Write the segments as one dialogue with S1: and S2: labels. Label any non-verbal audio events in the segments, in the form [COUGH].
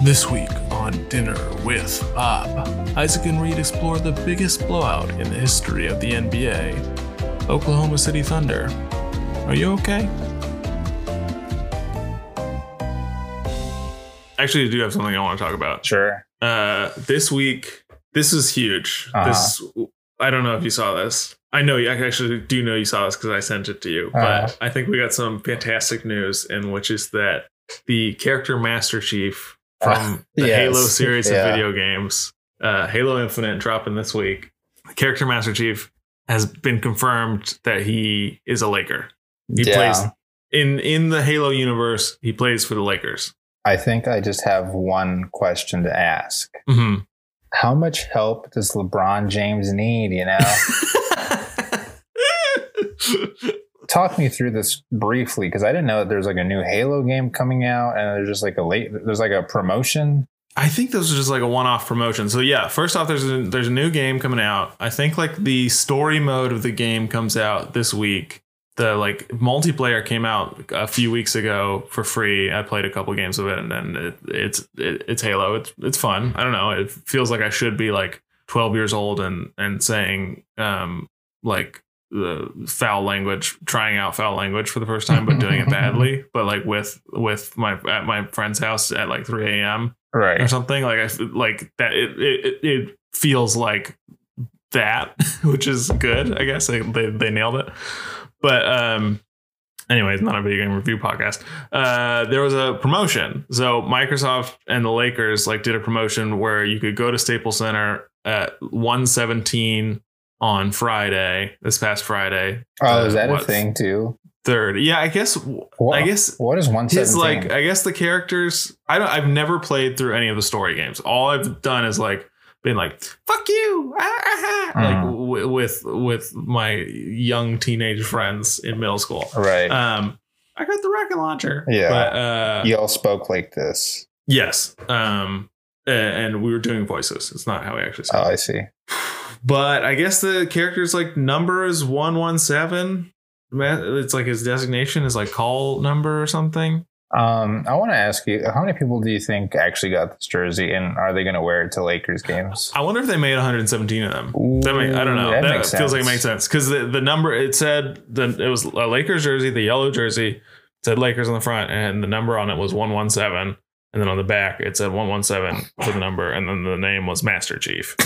S1: This week on Dinner with Bob, Isaac and Reed explore the biggest blowout in the history of the NBA Oklahoma City Thunder. Are you okay?
S2: Actually, I do have something I want to talk about.
S3: Sure.
S2: Uh, this week, this is huge.
S1: Uh-huh.
S2: This, I don't know if you saw this. I know you I actually do know you saw this because I sent it to you.
S3: Uh-huh.
S2: But I think we got some fantastic news, and which is that the character Master Chief
S3: [LAUGHS] Uh,
S2: from the
S3: yes.
S2: Halo series
S3: Yeah.
S2: of video games, uh, Halo Infinite, dropping this week. The character Master Chief has been confirmed that he is a Laker. He
S3: Yeah.
S2: plays in in the Halo universe. He plays for the Lakers.
S3: I think I just have one question to ask.
S2: hmm
S3: [LAUGHS]
S2: [LAUGHS]
S3: How much help does LeBron James need? You [LAUGHS] know, talk me through this briefly because I didn't know that there's like a new Halo game coming out, and there's just like a late, there's like a promotion.
S2: I think those are just like a one-off promotion. So yeah, first off, there's a, there's a new game coming out. I think like the story mode of the game comes out this week. The like multiplayer came out a few weeks ago for free. I played a couple games of it, and then it, it's it, it's Halo. It's it's fun. I don't know. It feels like I should be like 12 years old and and saying um like the foul language, trying out foul language for the first time, but doing it badly. But like with with my at my friend's house at like 3 a.m or
S3: Right.
S2: something like I f- like that it it, it- it feels like that [LAUGHS] which is good I guess they, they they nailed it but um anyways not a video game review podcast uh there was a promotion so Microsoft and the Lakers like did a promotion where you could go to Staples Center at 117 on Friday this past Friday
S3: Oh, is that a
S2: What?
S3: thing too?
S2: third yeah I guess
S3: What,
S2: I guess
S3: what is one
S2: his like
S3: seventeen?
S2: i guess the characters i don't i've never played through any of the story games all i've done is like been like fuck you ah, ah, ah," like
S3: Mhm.
S2: w- with with my young teenage friends in middle school
S3: Right.
S2: um i got the rocket launcher
S3: Yeah.
S2: but uh
S3: you all spoke like this.
S2: yes um a- and we were doing voices it's not how we actually
S3: Oh,
S2: sound
S3: I see.
S2: but i guess the character's like number is 117 Ma- it's like his designation is like call number or something
S3: Um, I want to ask you, how many people do you think actually got this jersey, and are they going to wear it to Lakers games?
S2: i wonder if they made 117 of them That may,
S3: Ooh,
S2: I don't know. That,
S3: makes
S2: feels like it
S3: sense.
S2: makes sense because the, the number it said the it was a Lakers jersey, the yellow jersey it said Lakers on the front, and the number on it was one one seven, and then on the back it said one one seven for the number, and then the name was Master Chief,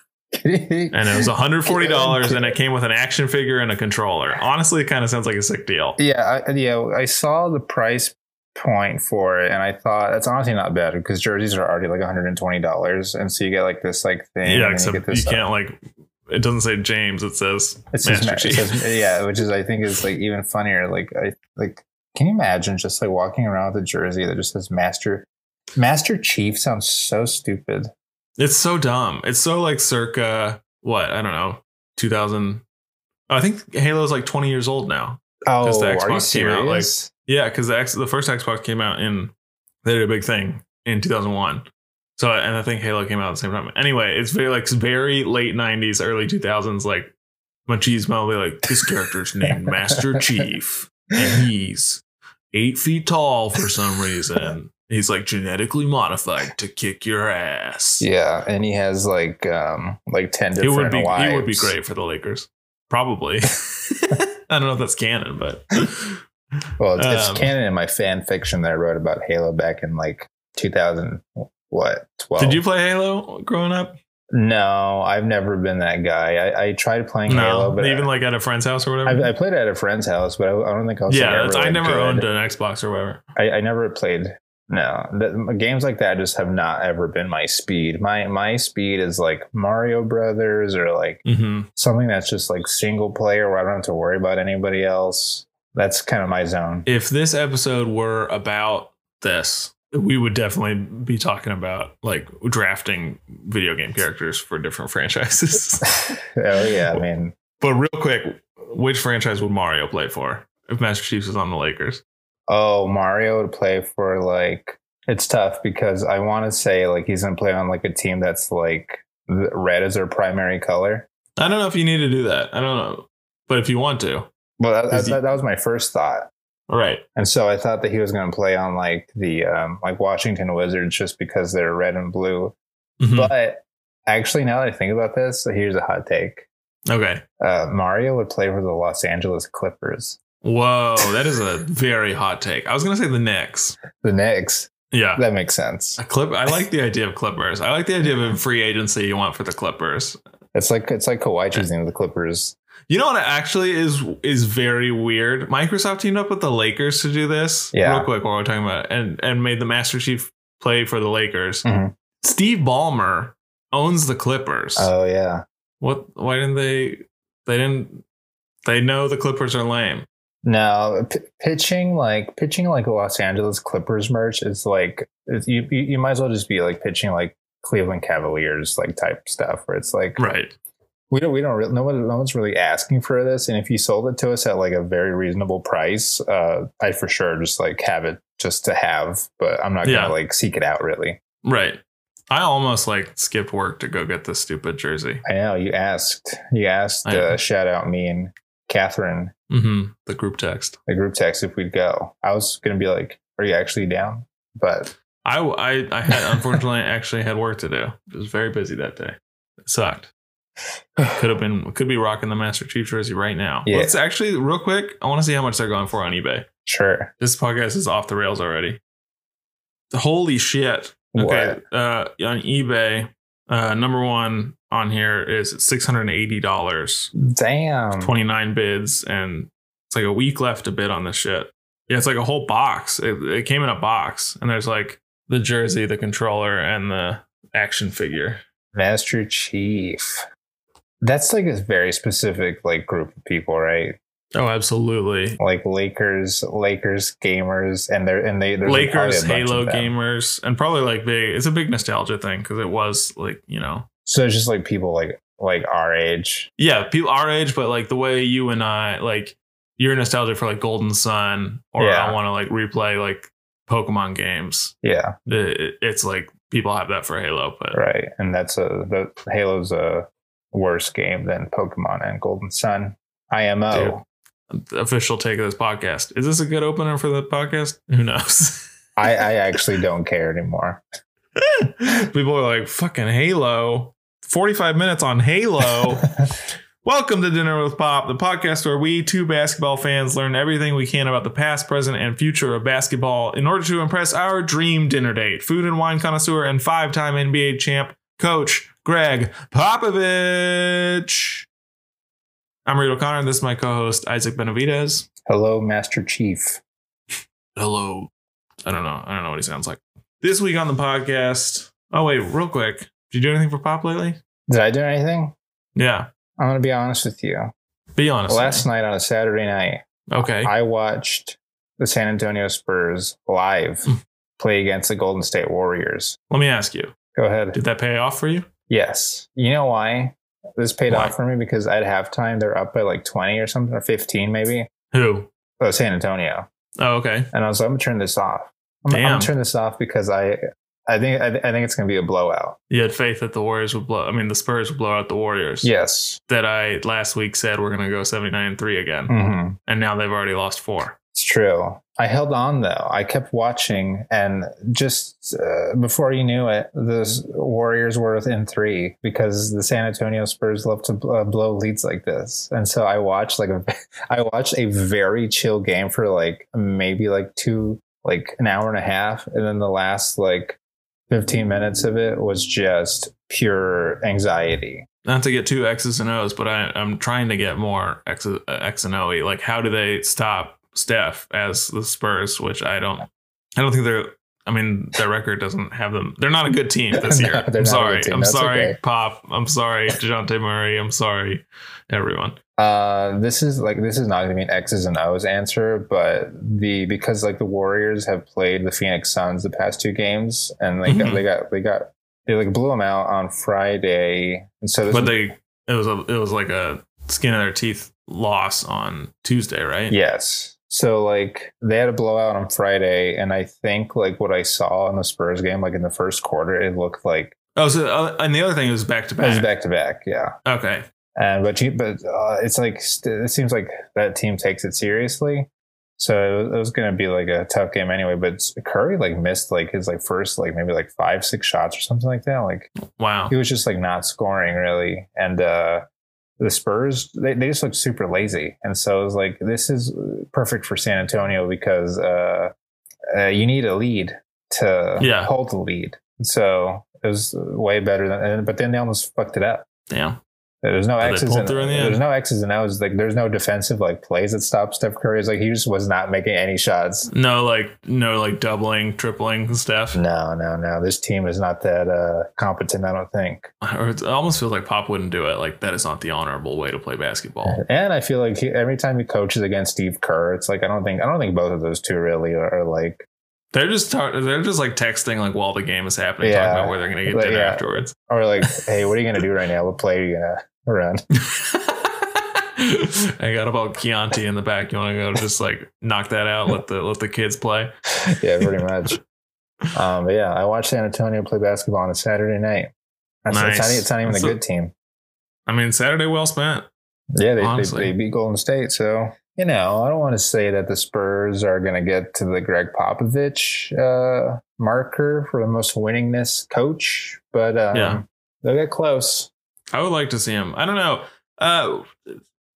S3: [LAUGHS]
S2: and it was one hundred forty dollars, and it came with an action figure and a controller. Honestly, it kind of sounds like a sick deal.
S3: yeah, I, yeah. I saw the price point for it, and I thought that's honestly not bad because jerseys are already like one hundred and twenty dollars, and so you get like this like thing. and
S2: yeah,
S3: then
S2: except
S3: you, get
S2: you,
S3: this, uh,
S2: can't like it doesn't say James, it says
S3: It's just
S2: Master
S3: ma-
S2: Chief.
S3: it's just- yeah, which is I think is like even funnier. Like I like, can you imagine just like walking around with a jersey that just says Master? Master Chief sounds so stupid.
S2: It's so dumb. It's so like circa what I don't know, two thousand. I think Halo's like twenty years old now.
S3: Oh,
S2: the
S3: are you
S2: Xbox came out, like-
S3: serious? [LAUGHS]
S2: Yeah, because the X, the first Xbox came out in they did a big thing in two thousand one. So and I think Halo came out at the same time. Anyway, it's very like very late nineties, early two thousands, like machismo. They're like this character's
S3: [LAUGHS]
S2: named Master Chief, and he's eight feet tall for some reason. He's like genetically modified to kick your ass.
S3: Yeah, and he has like um like ten
S2: It
S3: different
S2: would be
S3: wives.
S2: it would be great for the Lakers.
S3: [LAUGHS]
S2: Probably. [LAUGHS] I don't know if that's canon, but
S3: Well, it's,
S2: Um,
S3: it's canon in my fan fiction that I wrote about Halo back in like 2000 what 12.
S2: did you play Halo growing up?
S3: No, I've never been that guy. I, I tried playing Halo,
S2: No,
S3: but
S2: even
S3: I,
S2: like at a friend's house or whatever.
S3: I, I played it at a friend's house, but I, I don't think I was. like,
S2: yeah, that's,
S3: ever,
S2: I
S3: like,
S2: never
S3: good.
S2: owned an Xbox or whatever.
S3: I, I never played. No, the, games like that just have not ever been my speed. My my speed is like Mario Brothers or like
S2: hmm
S3: something that's just like single player where I don't have to worry about anybody else. That's kind of my zone. [LAUGHS]
S2: If this episode were about this, we would definitely be talking about like drafting video game characters for different [LAUGHS] franchises.
S3: oh yeah, I mean,
S2: but real quick, which franchise would Mario play for if Master Chief was on the Lakers?
S3: oh Mario would play for like it's tough because I want to say like he's gonna play on like a team that's like th- red is their primary color.
S2: I don't know if you need to do that. I don't know. But if you want to,
S3: Well, that,
S2: Is
S3: that,
S2: he-
S3: that was my first thought.
S2: Right.
S3: And so I thought that he was going to play on like the um, like Washington Wizards just because they're red and blue.
S2: Mhm.
S3: But actually, now that I think about this, so here's a hot take:
S2: okay.
S3: uh, Mario would play for the Los Angeles Clippers.
S2: Whoa, that is a very hot take. I was gonna say the Knicks.
S3: The Knicks.
S2: Yeah.
S3: That makes sense.
S2: A clip. I like the idea of Clippers. I like the idea of a free agency you want for the Clippers.
S3: It's like it's like Kawhi choosing the Clippers.
S2: You know what actually is is very weird. Microsoft teamed up with the Lakers to do this.
S3: Yeah.
S2: Real quick, while we're talking about it, and and made the Master Chief play for the Lakers.
S3: Mhm.
S2: Steve Ballmer owns the Clippers.
S3: Oh yeah,
S2: what? Why didn't they? They didn't. They know the Clippers are lame.
S3: No, p- pitching like pitching like Los Angeles Clippers merch is like it's- you, you you might as well just be like pitching like Cleveland Cavaliers like type stuff where it's like
S2: Right.
S3: we don't we don't really, no one no one's really asking for this and if you sold it to us at like a very reasonable price uh I for sure just like have it just to have but I'm not
S2: Yeah.
S3: gonna like seek it out really
S2: Right. I almost like skipped work to go get this stupid jersey.
S3: I know you asked you asked
S2: I-
S3: uh, shout out me and Catherine
S2: Mm-hmm. The group text.
S3: the group text if we'd go I was gonna be like are you actually down but
S2: [SIGHS] I I I had unfortunately actually had work to do. I was very busy that day. It sucked. Could have been could be rocking the Master Chief jersey right now.
S3: Yeah.
S2: Let's actually real quick. I want to see how much they're going for on eBay.
S3: sure
S2: This podcast is off the rails already. Holy shit! Okay, uh, on eBay, uh, number one on here is six hundred eighty dollars. Mm.
S3: Damn.
S2: 29 bids and it's like a week left to bid on this shit. Yeah, it's like a whole box. It, it came in a box and there's like the jersey, the controller, and the action figure.
S3: Master Chief. That's like a very specific like group of people, right?
S2: Oh, absolutely.
S3: Like Lakers, Lakers gamers, and they're and they there's probably
S2: Lakers,
S3: a bunch of
S2: Halo
S3: them.
S2: gamers, and probably like big. It's a big nostalgia thing because it was like you know,
S3: So it's just like people like like our age.
S2: yeah, people our age, but like the way you and I like, you're nostalgic for like Golden Sun, or
S3: Yeah.
S2: I want to like replay like Pokemon games.
S3: Yeah,
S2: It- it's like people have that for Halo, but
S3: right. And that's a the Halo's a worse game than Pokemon and Golden Sun. IMO.
S2: the official take of this podcast. Is this a good opener for the podcast? Who knows? [LAUGHS]
S3: I, I actually don't care anymore.
S2: People are like, fucking Halo. 45 minutes on
S3: [LAUGHS]
S2: Halo. Welcome to Dinner with Pop, the podcast where we, two basketball fans, learn everything we can about the past, present, and future of basketball in order to impress our dream dinner date. Food and wine connoisseur and five time NBA champ, Coach Greg Popovich. I'm Reed O'Connor, and this is my co host, Isaac Benavides.
S3: Hello, Master Chief.
S1: Hello.
S2: I don't know. I don't know what he sounds like. This week on the podcast. Oh wait, real quick. Did you do anything for pop lately?
S3: Did I do anything?
S2: Yeah.
S3: I'm gonna be honest with you.
S2: Be honest.
S3: Last night on a Saturday night,
S2: okay.
S3: I watched the San Antonio Spurs live
S2: Hmm.
S3: play against the Golden State Warriors.
S2: Let me ask you.
S3: Go ahead.
S2: Did that pay off for you?
S3: Yes. You know why? This paid
S2: Why?
S3: off for me because at halftime they're up by like 20 or something or 15 maybe.
S2: Who?
S3: Oh, San Antonio.
S2: Oh, okay.
S3: And I was like, I'm gonna turn this off. I'm, I'm
S2: Damn.
S3: gonna turn this off because I I think I, I think it's gonna be a blowout.
S2: You had faith that the Warriors would blow. I mean, the Spurs would blow out the Warriors.
S3: Yes.
S2: That I last week said we're gonna go seventy nine and three again,
S3: hmm
S2: and now they've already lost four.
S3: It's true. I held on though. I kept watching, and just uh, before you knew it, the S- Warriors were within three because the San Antonio Spurs love to uh, blow leads like this. And so I watched like a, [LAUGHS] I watched a very chill game for like maybe like two, like an hour and a half, and then the last like fifteen minutes of it was just pure anxiety.
S2: Not to get two X's and O's, but I, I'm trying to get more X, uh, X and O. Like, how do they stop Steph as the Spurs? Which I don't, I don't think they're. I mean, their record doesn't have them. They're not a good team this
S3: [LAUGHS] No,
S2: year.
S3: they're
S2: I'm
S3: not a good
S2: sorry.
S3: team.
S2: I'm
S3: That's
S2: sorry,
S3: okay.
S2: Pop. I'm sorry, Dejounte Murray. I'm sorry, everyone.
S3: Uh, this is like this is not going to be an X's and O's answer, but the because like the Warriors have played the Phoenix Suns the past two games, and like
S2: Mhm.
S3: they got they got they like blew them out on Friday, and so this
S2: But they, it was a, it was like a skin of their teeth loss on Tuesday, right?
S3: yes. So like they had a blowout on Friday, and I think like what I saw in the Spurs game, like in the first quarter, it looked like
S2: Oh, so uh, and the other thing is back to
S3: it was
S2: back.
S3: back to back, yeah.
S2: Okay.
S3: uh, And but you, but uh, it's like st- it seems like that team takes it seriously. So it was, going to be like a tough game anyway. But Curry like missed like his like first like maybe like five six shots or something like that. Like
S2: Wow.
S3: he was just like not scoring really, and uh the Spurs they, they just looked super lazy. And so it was like this is perfect for San Antonio because uh, uh you need a lead to
S2: Yeah.
S3: hold the lead. And so it was way better than. and- But then they almost fucked it up.
S2: Damn.
S3: There's no
S2: But they
S3: X's
S2: pulled
S3: and
S2: through in the end.
S3: there's no X's and O's. Like there's no defensive like plays that stop Steph Curry. It's like he just was not making any shots.
S2: No, like no, like doubling, tripling stuff.
S3: No, no, no. This team is not that uh, competent. I don't think.
S2: [LAUGHS] Or it almost feels like Pop wouldn't do it. Like that is not the honorable way to play basketball.
S3: And I feel like he, every time he coaches against Steve Kerr, it's like I don't think I don't think both of those two really are, are like
S2: They're just tar- they're just like texting like while the game is happening,
S3: Yeah.
S2: talking about where they're gonna get
S3: But
S2: dinner
S3: yeah.
S2: afterwards. [LAUGHS]
S3: or like hey, what are you gonna do right now? What play are you gonna run? [LAUGHS]
S2: I got about Chianti in the back. You want to go just like knock that out? Let the let the kids play.
S3: yeah, pretty much. Um, but yeah, I watched San Antonio play basketball on a Saturday night. That's, nice.
S2: Nice.
S3: it's not even
S2: That's
S3: a
S2: a-
S3: good team.
S2: I mean, Saturday well spent.
S3: Yeah, they, they,
S2: Honestly.
S3: they beat Golden State. So, you know, I don't want to say that the Spurs are going to get to the Greg Popovich uh, marker for the most winningness coach, but um,
S2: Yeah.
S3: they'll get close.
S2: I would like to see him. I don't know. Uh,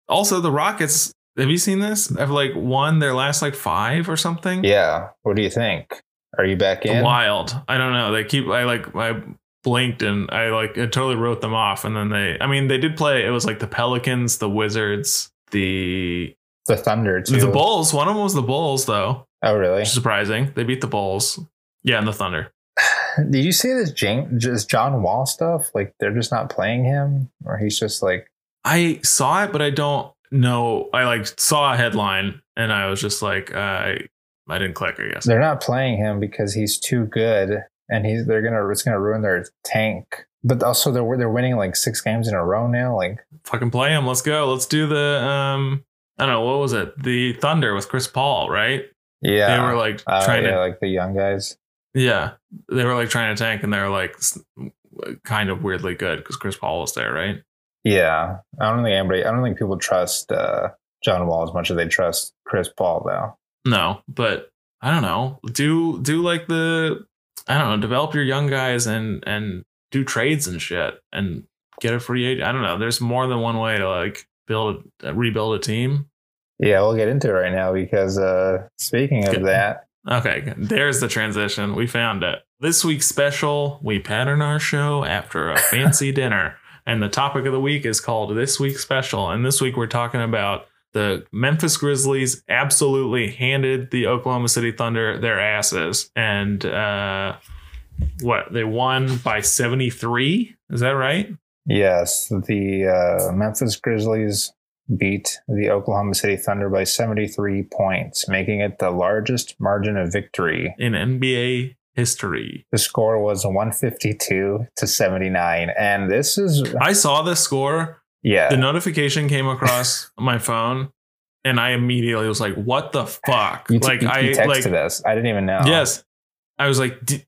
S2: also, the Rockets. Have you seen this? Have like won their last like five or something.
S3: Yeah. What do you think? Are you back in?
S2: Wild. I don't know. They keep. I like. I blinked and I like. I totally wrote them off. And then they. I mean, they did play. It was like the Pelicans, the Wizards, the
S3: The Thunder, too.
S2: the Bulls. One of them was the Bulls, though.
S3: Oh, really? [LAUGHS]
S2: Which is surprising. They beat the Bulls. Yeah, and the Thunder.
S3: Did you see this, Jane, this John Wall stuff? Like, they're just not playing him, or he's just like,
S2: I saw it, but I don't know. I like saw a headline and I was just like, uh, I I didn't click. I guess.
S3: they're not playing him because he's too good and he's they're gonna it's gonna ruin their tank but also they're they're winning like six games in a row now like
S2: fucking play him. Let's go. Let's do the um I don't know what was it? The Thunder with Chris Paul, right?
S3: yeah
S2: They were like
S3: Oh,
S2: trying
S3: yeah,
S2: to
S3: like the young guys
S2: yeah. They were like trying to tank and they were like s- kind of weirdly good cuz Chris Paul was there, right?
S3: yeah i don't think anybody i don't think people trust uh john wall as much as they trust chris paul though
S2: No, but I don't know. Do do like the I don't know, develop your young guys and and do trades and shit and get a free agent. I don't know. There's more than one way to like build a, rebuild a team.
S3: yeah we'll get into it right now because uh speaking of
S2: Good.
S3: that
S2: Okay, there's the transition. We found it. This week's special, we pattern our show after a fancy dinner. And the topic of the week is called This Week Special. And this week we're talking about the Memphis Grizzlies absolutely handed the Oklahoma City Thunder their asses. And uh, what? They won by 73? Is that right?
S3: yes the uh memphis grizzlies beat the oklahoma city thunder by 73 points making it the largest margin of victory
S2: In NBA history.
S3: The score was 152 to 79. And this is,
S2: I saw this score the
S3: yeah.
S2: notification came
S3: [LAUGHS]
S2: across my phone and i immediately was like what the fuck
S3: You t-
S2: like
S3: you-
S2: i
S3: you texted
S2: like
S3: us. I didn't even know.
S2: yes i was like D-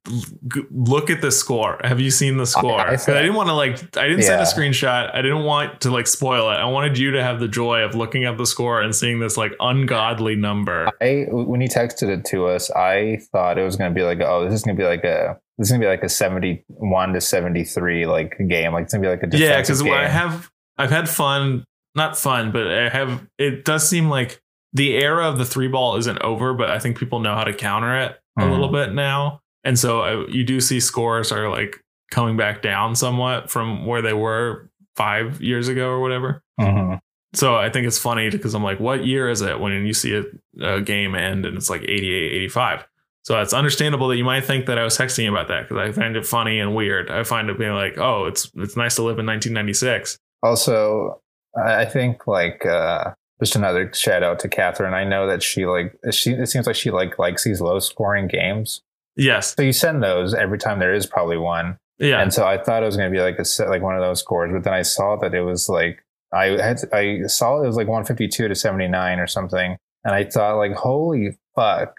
S2: g- look at the score have you seen the score
S3: I
S2: 'Cause I, didn't want to like i didn't send a
S3: Yeah.
S2: screenshot i didn't want to like spoil it i wanted you to have the joy of looking at the score and seeing this like ungodly number
S3: I, when you texted it to us, I thought it was going to be like, oh, this is going to be like a, this is going to be like a 71 to 73 like game. Like it's going to be like a
S2: yeah
S3: defensive
S2: because i
S3: game.
S2: have i've had fun not fun but i have it does seem like the era of the three ball isn't over but i think people know how to counter it a
S3: Mhm.
S2: little bit now and so I, you do see scores are like coming back down somewhat from where they were five years ago or whatever
S3: Mhm.
S2: so i think it's funny because i'm like what year is it when you see a, a game end and it's like 88 85 so it's understandable that you might think that I was texting about that because I find it funny and weird. I find it being like, oh, it's it's nice to live in 1996.
S3: Also, I I think like, uh, just another shout out to Catherine. I know that she like she. It seems like she like likes these low scoring games.
S2: Yes.
S3: So you send those every time there is probably one.
S2: Yeah.
S3: And so I thought it was going to be like a set, like one of those scores, but then I saw that it was like I had I saw it was like 152 to 79 or something, and I thought like holy fuck!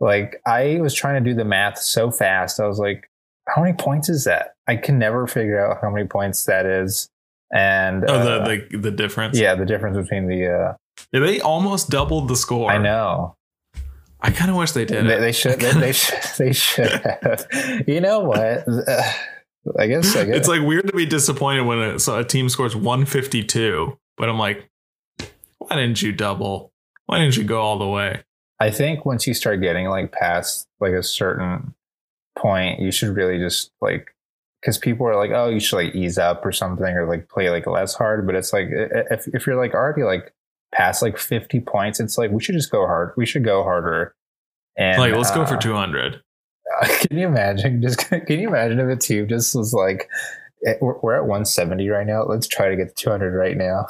S3: Like I was trying to do the math so fast, I was like, how many points is that? I can never figure out how many points that is, and
S2: oh,
S3: uh,
S2: the, the the difference.
S3: yeah, the difference between the uh,
S2: Yeah, They almost doubled the score.
S3: I know
S2: I kind of wish they did.
S3: They,
S2: it.
S3: they should. They, they should. [LAUGHS] They should have. You know what? [SIGHS] Uh, I guess. I
S2: [LAUGHS]
S3: guess.
S2: It's like weird to be disappointed when a, so a team scores 152, but I'm like, why didn't you double? Why didn't you go all the way?
S3: I think once you start getting like past like a certain point, you should really just like because people are like, oh, you should like ease up or something or like play like less hard. But it's like i- i- if if you're like already like past like fifty points, it's like we should just go hard. We should go harder. And
S2: like, let's go for
S3: uh,
S2: 200.
S3: [LAUGHS] Can you imagine? Just [LAUGHS] can you imagine if a team just was like. eh, We're we're at 170 right now. Let's try to get to 200 right now.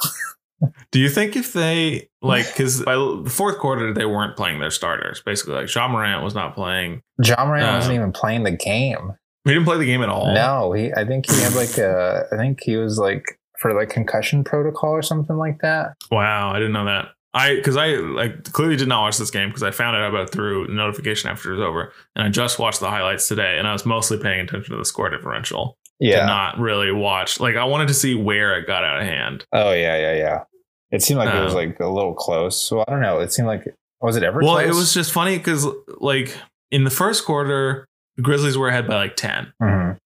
S2: Do you think if they like because by l- the fourth quarter they weren't playing their starters basically like Sean Morant was not playing
S3: John Moran
S2: Uh,
S3: wasn't even playing the game.
S2: he didn't play the game at all
S3: No, he. I think he had like a. I think he was like for like concussion protocol or something like that.
S2: wow I didn't know that I because I like clearly did not watch this game because I found out about it through notification after it was over and I just watched the highlights today and I was mostly paying attention to the score differential did not really watch like I wanted to see where it got out of hand
S3: Oh yeah, yeah, yeah. It seemed like it was
S2: Um,
S3: like a little close. So I don't know. It seemed like was it ever?
S2: well
S3: close?
S2: it was just funny because like in the first quarter the Grizzlies were ahead by like ten
S3: Mhm.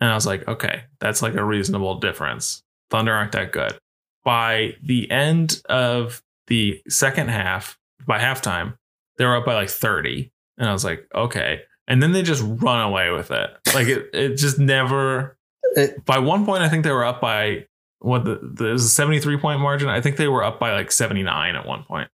S2: And I was like, okay, that's like a reasonable difference. Thunder aren't that good. By the end of the second half, by halftime, they were up by like 30. And I was like, okay. And then they just run away with it. Like it, it just never.
S3: It-
S2: by one point, I think they were up by what the, the it was a 73 point margin. I think they were up by like 79 at one point.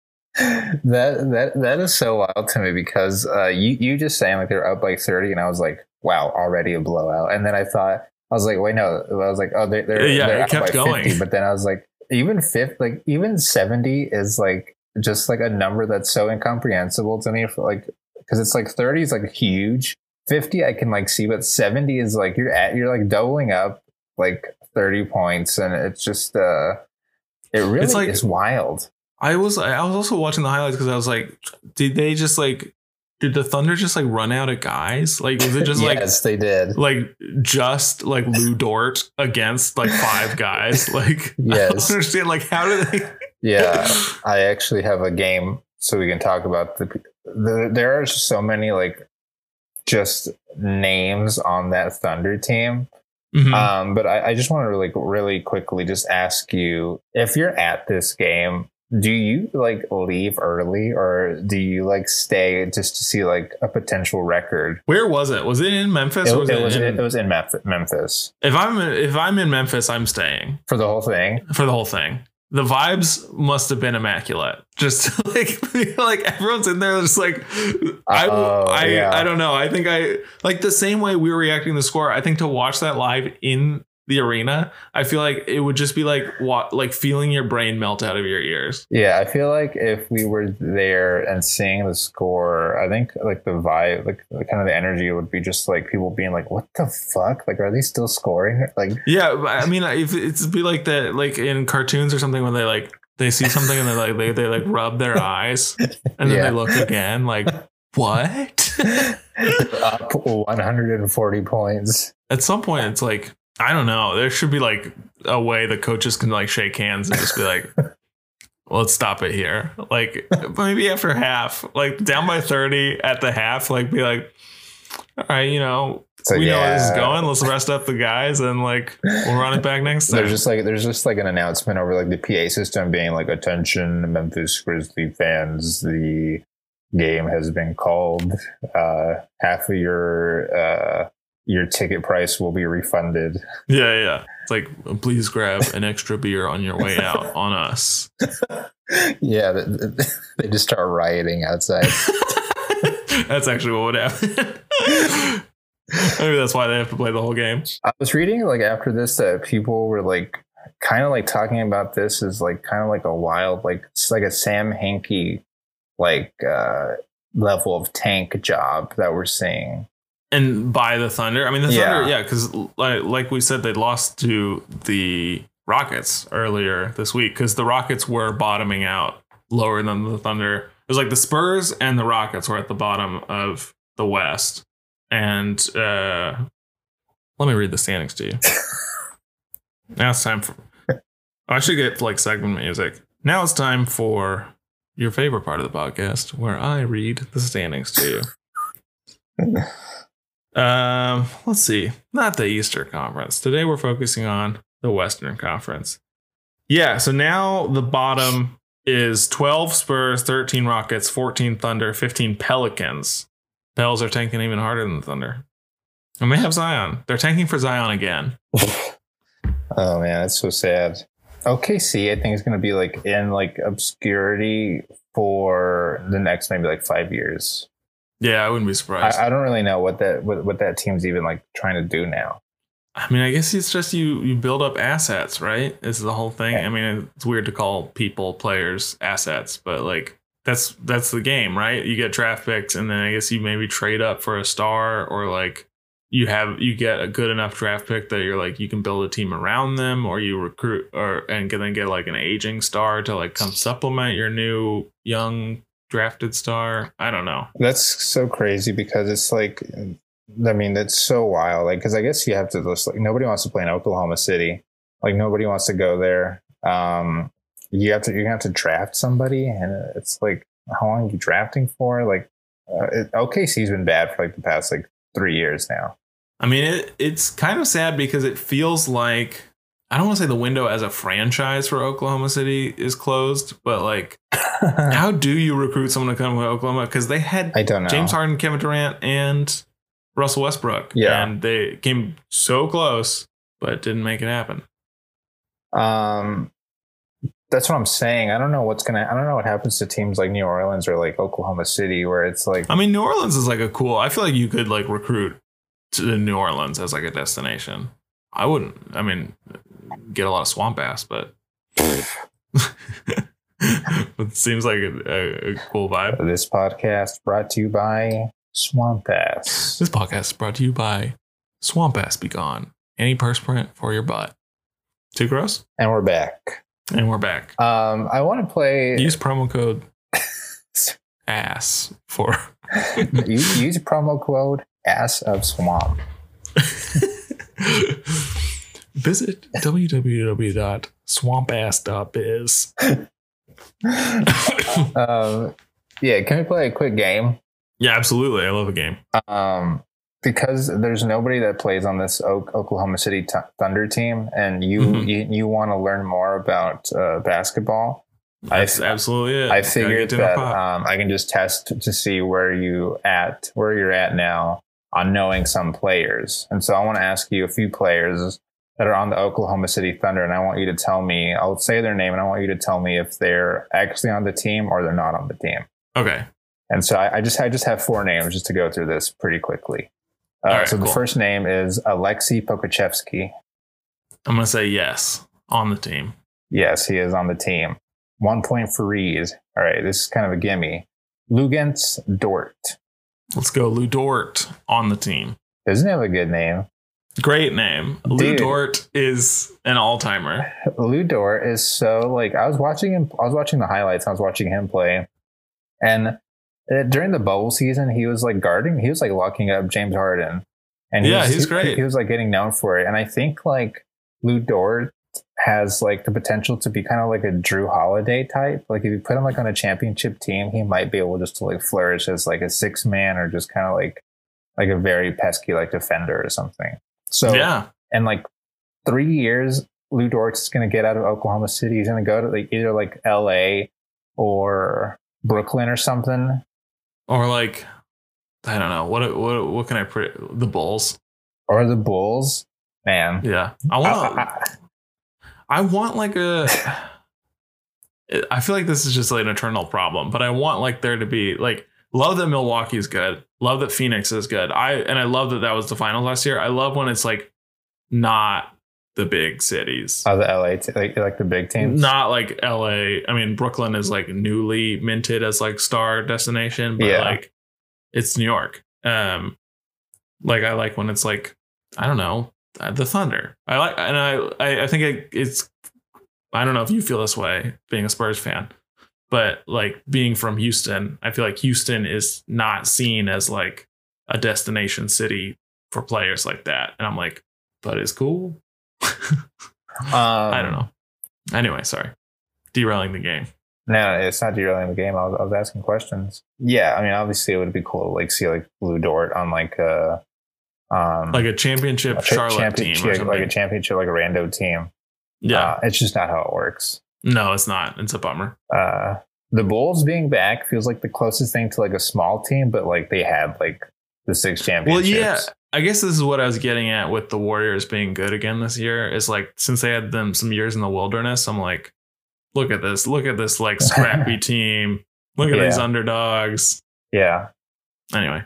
S3: that that that is so wild to me because uh, you you just saying like they're up like thirty, and I was like, wow, already a blowout. And then I thought I was like, wait, no, I was like, oh, they're, they're
S2: Yeah,
S3: they're
S2: it
S3: up
S2: kept
S3: by
S2: going.
S3: 50. But then I was like, even fifth, like even seventy is like just like a number that's so incomprehensible to me. For like because it's like thirty is like huge, fifty I can like see, but seventy is like you're at you're like doubling up like thirty points, and it's just uh, it really
S2: like-
S3: is wild.
S2: I was I was also watching the highlights because I was like, did they just like did the Thunder just like run out of guys? Like was
S3: [LAUGHS]
S2: it just like
S3: yes, they did.
S2: like just like Lou Dort against like
S3: [LAUGHS]
S2: five guys. Like I don't
S3: Yes.
S2: [LAUGHS] understand. Like how do they?
S3: Yeah, I actually have a game so we can talk about the, the there are so many like just names on that Thunder team.
S2: Mhm.
S3: Um, but I, I just want to like really quickly just ask you if you're at this game, do you like leave early or do you like stay just to see like a potential record?
S2: Where was it? Was it in Memphis?
S3: It,
S2: or was it,
S3: it was
S2: in,
S3: it was in Memph- Memphis
S2: if I'm if I'm in Memphis, I'm staying
S3: for the whole thing.
S2: for the whole thing. The vibes must have been immaculate. Just [LAUGHS] like like everyone's in there, just like I
S3: Oh,
S2: I
S3: yeah.
S2: I don't know. I think I like the same way we were reacting to the score. I think to watch that live in the arena, I feel like it would just be like wa- like feeling your brain melt out of your ears.
S3: Yeah, I feel like if we were there and seeing the score, I think like the vibe, like the, kind of the energy would be just like people being like, "What the fuck? Like, are they still scoring?" Like,
S2: [LAUGHS] Yeah, but I mean, if it's be like that, like in cartoons or something, when they like they see something and they like they they like rub their eyes and then
S3: Yeah.
S2: they look again, like what?
S3: up 140 points.
S2: At some point, it's like I don't know. There should be like a way the coaches can like shake hands and just be like, "Let's stop it here." Like maybe after half, like down by thirty at the half, like be like, "All right, you know."
S3: So,
S2: we know where this is
S3: yeah.
S2: going. Let's rest up the guys and like we'll run it back next time.
S3: There's just like there's just like an announcement over like the PA system being like, "Attention, Memphis Grizzly fans, the game has been called. Uh, half of your uh, your ticket price will be refunded."
S2: Yeah, yeah. It's like, please grab an extra beer on your way out on us.
S3: yeah, th- th- [LAUGHS] they just start rioting outside.
S2: that's actually what would happen. [LAUGHS] Maybe that's why they have to play the whole game.
S3: I was reading like after this that people were like kind of like talking about this as like kind of like a wild like it's like a Sam Hankey like uh level of tank job that we're seeing.
S2: And by the Thunder, I mean the Thunder,
S3: Yeah.
S2: yeah, because like, like we said, they lost to the Rockets earlier this week because the Rockets were bottoming out lower than the Thunder. It was like the Spurs and the Rockets were at the bottom of the West, and uh, let me read the standings to you. now it's time for. I should get like segment music. Now it's time for your favorite part of the podcast, where I read the standings to you. um, let's see. Not the Easter Conference. Today we're focusing on the Western Conference. Yeah, so now the bottom is 12 Spurs, 13 Rockets, 14 Thunder, 15 Pelicans. Pels are tanking even harder than Thunder. And they have Zion. They're tanking for Zion again.
S3: Oh man, that's so sad. OKC, I think is going to be like in like obscurity for the next maybe like five years.
S2: Yeah, I wouldn't be surprised.
S3: I, I don't really know what that what, what that team's even like trying to do now.
S2: I mean, I guess it's just you you build up assets, right? Is the whole thing. I mean, it's weird to call people players assets, but like that's that's the game, right? You get draft picks, and then I guess you maybe trade up for a star, or like you have you get a good enough draft pick that you're like you can build a team around them, or you recruit, or and can then get like an aging star to like come supplement your new young drafted star. I don't know.
S3: That's so crazy because it's like, I mean, that's so wild. Like, because I guess you have to just like nobody wants to play in Oklahoma City. Like nobody wants to go there. Um, you have to you're gonna have to draft somebody, and it's like how long are you drafting for? Like, uh, it, OKC's been bad for like the past like three years now.
S2: I mean, it, it's kind of sad because it feels like I don't want to say the window as a franchise for Oklahoma City is closed, but like, how do you recruit someone to come to Oklahoma? Because they had
S3: I don't know.
S2: James Harden, Kevin Durant, and Russell Westbrook.
S3: Yeah.
S2: And they came so close, but didn't make it happen.
S3: Um, that's what I'm saying. I don't know what's gonna. I don't know what happens to teams like New Orleans or like Oklahoma City, where it's like
S2: I mean, New Orleans is like a cool, I feel like you could like recruit to New Orleans as like a destination. I wouldn't, I mean, get a lot of swamp ass, but. [LAUGHS] it seems like a, a, a cool vibe.
S3: this podcast brought to you by Swamp Ass.
S2: This podcast is brought to you by Swamp Ass Be Gone, any perspirant for your butt. Too gross?
S3: And we're back.
S2: And we're back.
S3: Um, I want to play.
S2: Use promo code ASS for.
S3: you use promo code ass of swamp.
S2: Visit www.swampass.biz.
S3: Um, yeah, can we play a quick game?
S2: [LAUGHS] yeah, absolutely. I love a game.
S3: Um, because there's nobody that plays on this o- Oklahoma City Thu- Thunder team, and you
S2: Mhm.
S3: you, you want to learn more about uh, basketball.
S2: That's absolutely it. [LAUGHS]
S3: I
S2: Gotta
S3: figured
S2: get to the
S3: that
S2: pop.
S3: um, I can just test to see where you at where you're at now on knowing some players, and so I want to ask you a few players that are on the Oklahoma City Thunder, and I want you to tell me. I'll say their name, and I want you to tell me if they're actually on the team or they're not on the team.
S2: okay.
S3: And so I, I just I just have four names just to go through this pretty quickly. Uh,
S2: All right,
S3: so the
S2: cool.
S3: first name is Alexei Pokachevsky.
S2: I'm going to say yes on the team.
S3: Yes, he is on the team. One point for Reeves. All right, this is kind of a gimme. Lugans Dort
S2: Let's go Lou Dort on the team.
S3: doesn't have a good name.
S2: Great name. Lou
S3: Dude.
S2: Dort is an all timer.
S3: Lou Dort is so like I was watching him. I was watching the highlights. And I was watching him play, and uh, during the bubble season, he was like guarding. He was like locking up James Harden, and he
S2: Yeah,
S3: was,
S2: he's
S3: he-
S2: great.
S3: He, was like getting known for it, and I think like Lou Dort has like the potential to be kind of like a Drew Holiday type. Like if you put him like on a championship team, he might be able just to like flourish as like a six man or just kind of like like a very pesky like defender or something. So
S2: yeah.
S3: and like three years, Lou Dort's going to get out of Oklahoma City. He's going to go to like either like L.A. or Brooklyn or something.
S2: Or like, I don't know. What what what can I put? The Bulls.
S3: or the Bulls. Man,
S2: Yeah. I
S3: I-
S2: want
S3: I-
S2: I want like a. I feel like this is just like an eternal problem, but I want like there to be like love that Milwaukee's good, love that Phoenix is good. I and I love that that was the finals last year. I love when it's like not the big cities,
S3: I- oh, the L.A. T- like, like the big teams.
S2: not like L.A. I mean Brooklyn is like newly minted as like star destination, but
S3: Yeah.
S2: like it's New York. Um, like I like when it's like I don't know uh, the Thunder. I like, and I I, I think it, it's I don't know if you feel this way being a Spurs fan, but like being from Houston, I feel like Houston is not seen as like a destination city for players like that, and I'm like, but it's cool. [LAUGHS]
S3: Um,
S2: I don't know. Anyway, sorry, derailing the game.
S3: No, it's not derailing the game. I was, I was asking questions. Yeah, I mean, obviously, it would be cool to like see like Blue Dort on like a um
S2: like a championship
S3: a
S2: Charlotte
S3: championship,
S2: team or
S3: like
S2: something.
S3: a championship, like a rando team.
S2: yeah,
S3: Uh, it's just not how it works.
S2: no, it's not. It's a bummer.
S3: Uh, the Bulls being back feels like the closest thing to like a small team, but like they had like the six
S2: Well,
S3: championships.
S2: yeah, I guess this is what I was getting at with the Warriors being good again this year. Is like since they had them some years in the wilderness, I'm like, look at this, look at this like
S3: [LAUGHS]
S2: scrappy team, look at these
S3: Yeah.
S2: underdogs.
S3: yeah.
S2: Anyway,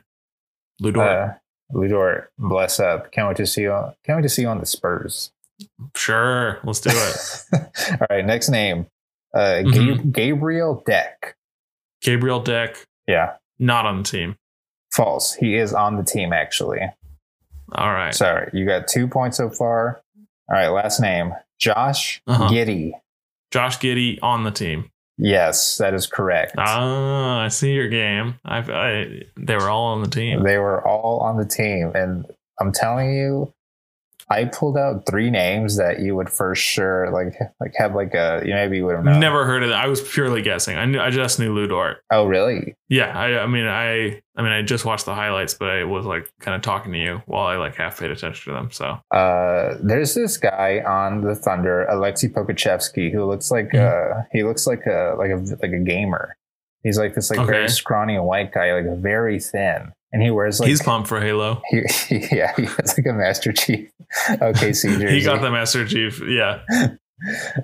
S2: Ludor,
S3: Uh, Blue Dort, bless up. Can't wait to see you. On, can't wait to see you on the Spurs.
S2: sure, let's do
S3: [LAUGHS]
S2: it.
S3: All right, next name, uh, Ga-
S2: Mhm.
S3: Gabriel Deck.
S2: Gabriel Deck
S3: Yeah,
S2: not on the team.
S3: false. He is on the team actually.
S2: All right,
S3: Sorry, you got two points so far. All right, last name Josh
S2: Uh-huh.
S3: Giddy.
S2: Josh Giddy on the team.
S3: Yes, that is correct.
S2: Ah, I see your game. I, I they were all on the team.
S3: They were all on the team, and I'm telling you, I pulled out three names that you would for sure like like have like a you maybe you would have known.
S2: Never heard of that. I was purely guessing. I knew. I just knew Ludort.
S3: Oh, really?
S2: Yeah, I, I mean, I, I mean, I just watched the highlights, but I was like kind of talking to you while I like half paid attention to them. So
S3: Uh, there's this guy on the Thunder, Alexei Pokachevsky, who looks like
S2: Mm-hmm.
S3: uh he looks like a like a like a gamer. He's like this like
S2: Okay.
S3: very scrawny white guy, like very thin, and he wears like
S2: he's pumped for Halo.
S3: He, [LAUGHS] yeah, he has like a Master Chief [LAUGHS] OKC jersey.
S2: He got the Master Chief. Yeah,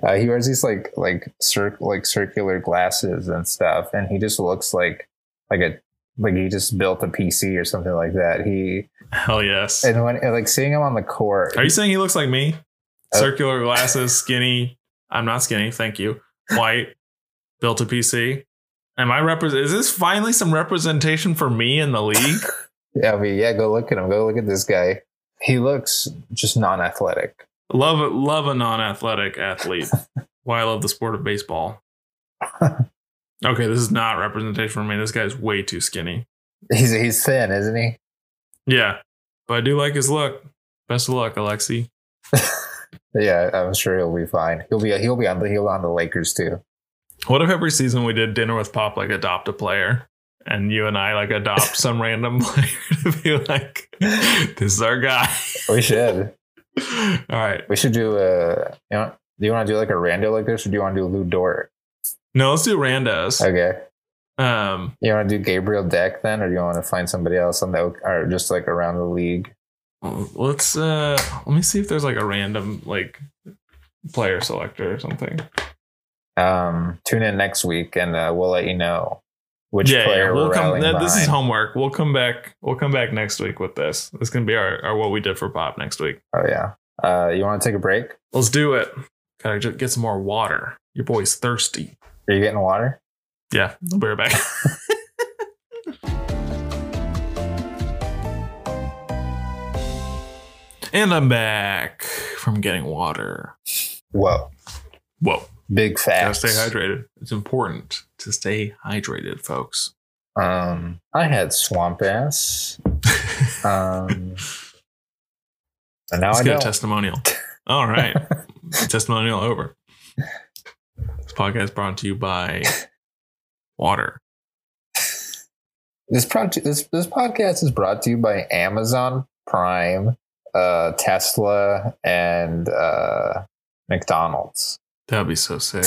S3: Uh, he wears these like like cir- like circular glasses and stuff, and he just looks like like a like he just built a PC or something like that. He
S2: hell yes.
S3: and when and, like seeing him on the court,
S2: Are you saying he looks like me?
S3: Oh.
S2: Circular glasses, skinny. I'm not skinny. Thank you. White, built a PC. Am I represent? Is this finally some representation for me in the league?
S3: I mean, yeah, go look at him. Go look at this guy. He looks just non-athletic. [LAUGHS]
S2: love, love a non-athletic athlete. Why I love the sport of baseball. Okay, this is not representation for me. This guy's way too skinny.
S3: He's he's thin, isn't he?
S2: Yeah, but I do like his look. Best of luck, Alexi.
S3: Yeah, I'm sure he'll be fine. He'll be he'll be on the he'll be on the Lakers too.
S2: What if every season we did dinner with Pop like adopt a player, and you and I like adopt some random player [LAUGHS] to be like, this is our guy. [LAUGHS]
S3: We should.
S2: All right,
S3: We should do a. You know, do you want to do like a rando like this, or do you want to do Lou Dort?
S2: no, let's do randos.
S3: Okay.
S2: Um,
S3: You want to do Gabriel Deck then, or do you want to find somebody else on the or just like around the league?
S2: let's uh, let me see if there's like a random like player selector or something.
S3: Um, tune in next week, and uh, we'll let you know which player
S2: we'll
S3: we're
S2: come.
S3: rallying
S2: th- This is
S3: behind.
S2: homework. We'll come back. We'll come back next week with this. This is gonna be our, our what we did for Pop next week.
S3: Oh yeah. Uh, you want to take a break?
S2: Let's do it. Gotta ju- get some more water. Your boy's thirsty.
S3: Are you getting water?
S2: Yeah, I'll be right
S3: [LAUGHS]
S2: back. and I'm back from getting water.
S3: Whoa,
S2: Whoa,
S3: big
S2: gotta
S3: facts.
S2: stay hydrated. It's important to stay hydrated, folks.
S3: Um, I had swamp
S2: [LAUGHS]
S3: ass. Um, and now
S2: Let's
S3: I
S2: get
S3: don't.
S2: a
S3: [LAUGHS]
S2: testimonial. All right, testimonial over. This podcast brought to you by water.
S3: This project, this this podcast is brought to you by Amazon Prime, uh, Tesla, and uh, McDonald's.
S2: That'd be so sick.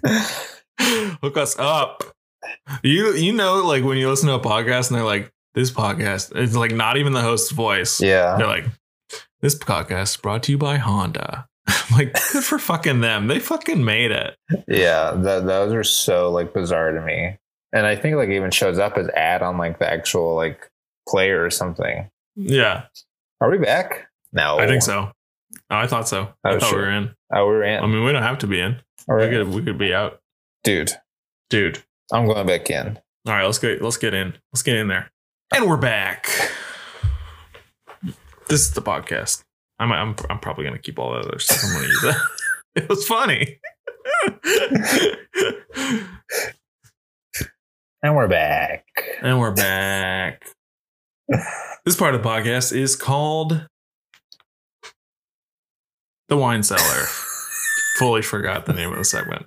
S2: [LAUGHS] Hook us up. You you know, like when you listen to a podcast and they're like, this podcast, it's like not even the host's voice.
S3: Yeah,
S2: They're like, this podcast is brought to you by Honda. [LAUGHS] I'm like, good for fucking them. They fucking made it.
S3: yeah. Th- those are so like bizarre to me, and I think like even shows up as ad on like the actual like player or something.
S2: Yeah.
S3: Are we back? No,
S2: I think so. Oh, I thought so. I
S3: Oh,
S2: thought
S3: sure.
S2: we were in.
S3: Oh, we're
S2: I
S3: in.
S2: mean, we don't have to be in.
S3: All
S2: We
S3: right,
S2: could we could be out.
S3: dude.
S2: Dude.
S3: I'm going back in.
S2: All right, let's get let's get in. Let's get in there. And we're back. This is the podcast. I'm I'm I'm probably gonna keep all the other stuff. I'm gonna use that. It [LAUGHS] was funny. [LAUGHS]
S3: And we're back.
S2: and we're back. This part of the podcast [LAUGHS] is called The Wine Cellar. fully forgot the name of the segment.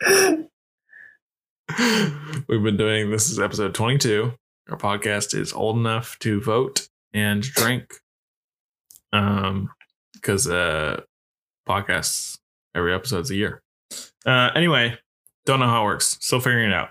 S2: [LAUGHS] We've been doing this is episode 22. Our podcast is old enough to vote and drink. Um, because uh, podcasts every episode's a year. Uh, anyway, don't know how it works. Still figuring it out.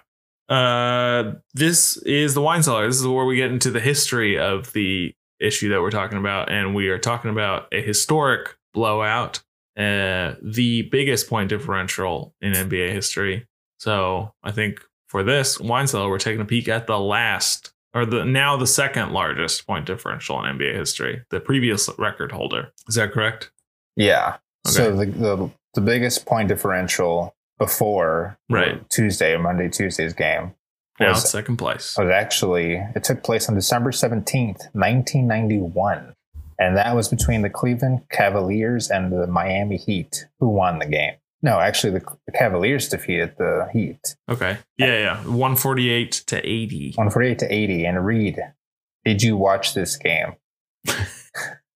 S2: Uh, this is the wine cellar. This is where we get into the history of the issue that we're talking about, and we are talking about a historic blowout, uh, the biggest point differential in NBA history. So I think for this wine cellar, we're taking a peek at the last, or the now the second largest point differential in NBA history, the previous record holder. Is that correct?
S3: Yeah.
S2: Okay.
S3: So the, the the biggest point differential before
S2: Right.
S3: Tuesday or Monday Tuesday's game
S2: Now
S3: was-
S2: it's second place.
S3: was actually it took place on December seventeenth, nineteen ninety one, and that was between the Cleveland Cavaliers and the Miami Heat, who won the game. No, actually, the, the Cavaliers defeated the Heat
S2: Okay. Yeah, yeah. 148 to 80.
S3: one forty eight to eighty. And Reed, did you watch this game?
S2: [LAUGHS]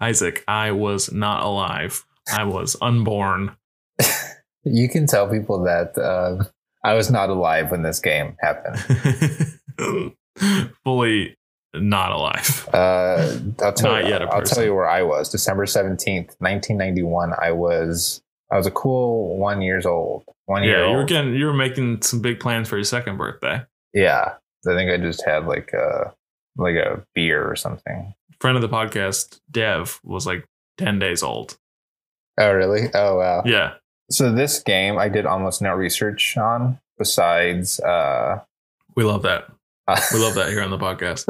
S2: Isaac, I was not alive. I was unborn. [LAUGHS]
S3: You can tell people that uh, I was not alive when this game happened.
S2: Fully not alive.
S3: Uh, I'll tell
S2: Not
S3: you,
S2: yet a
S3: I'll
S2: person.
S3: tell you where I was. December seventeenth, nineteen ninety one. I was I was a cool one years old. One year
S2: Yeah, you were
S3: old.
S2: getting you were making some big plans for your second birthday.
S3: Yeah, I think I just had like a like a beer or something.
S2: Friend of the podcast, Dev, was like 10 days old.
S3: Oh really? Oh wow.
S2: Yeah.
S3: So this game I did almost no research on besides uh, [LAUGHS]
S2: We love that.
S3: uh
S2: We love that here on the podcast.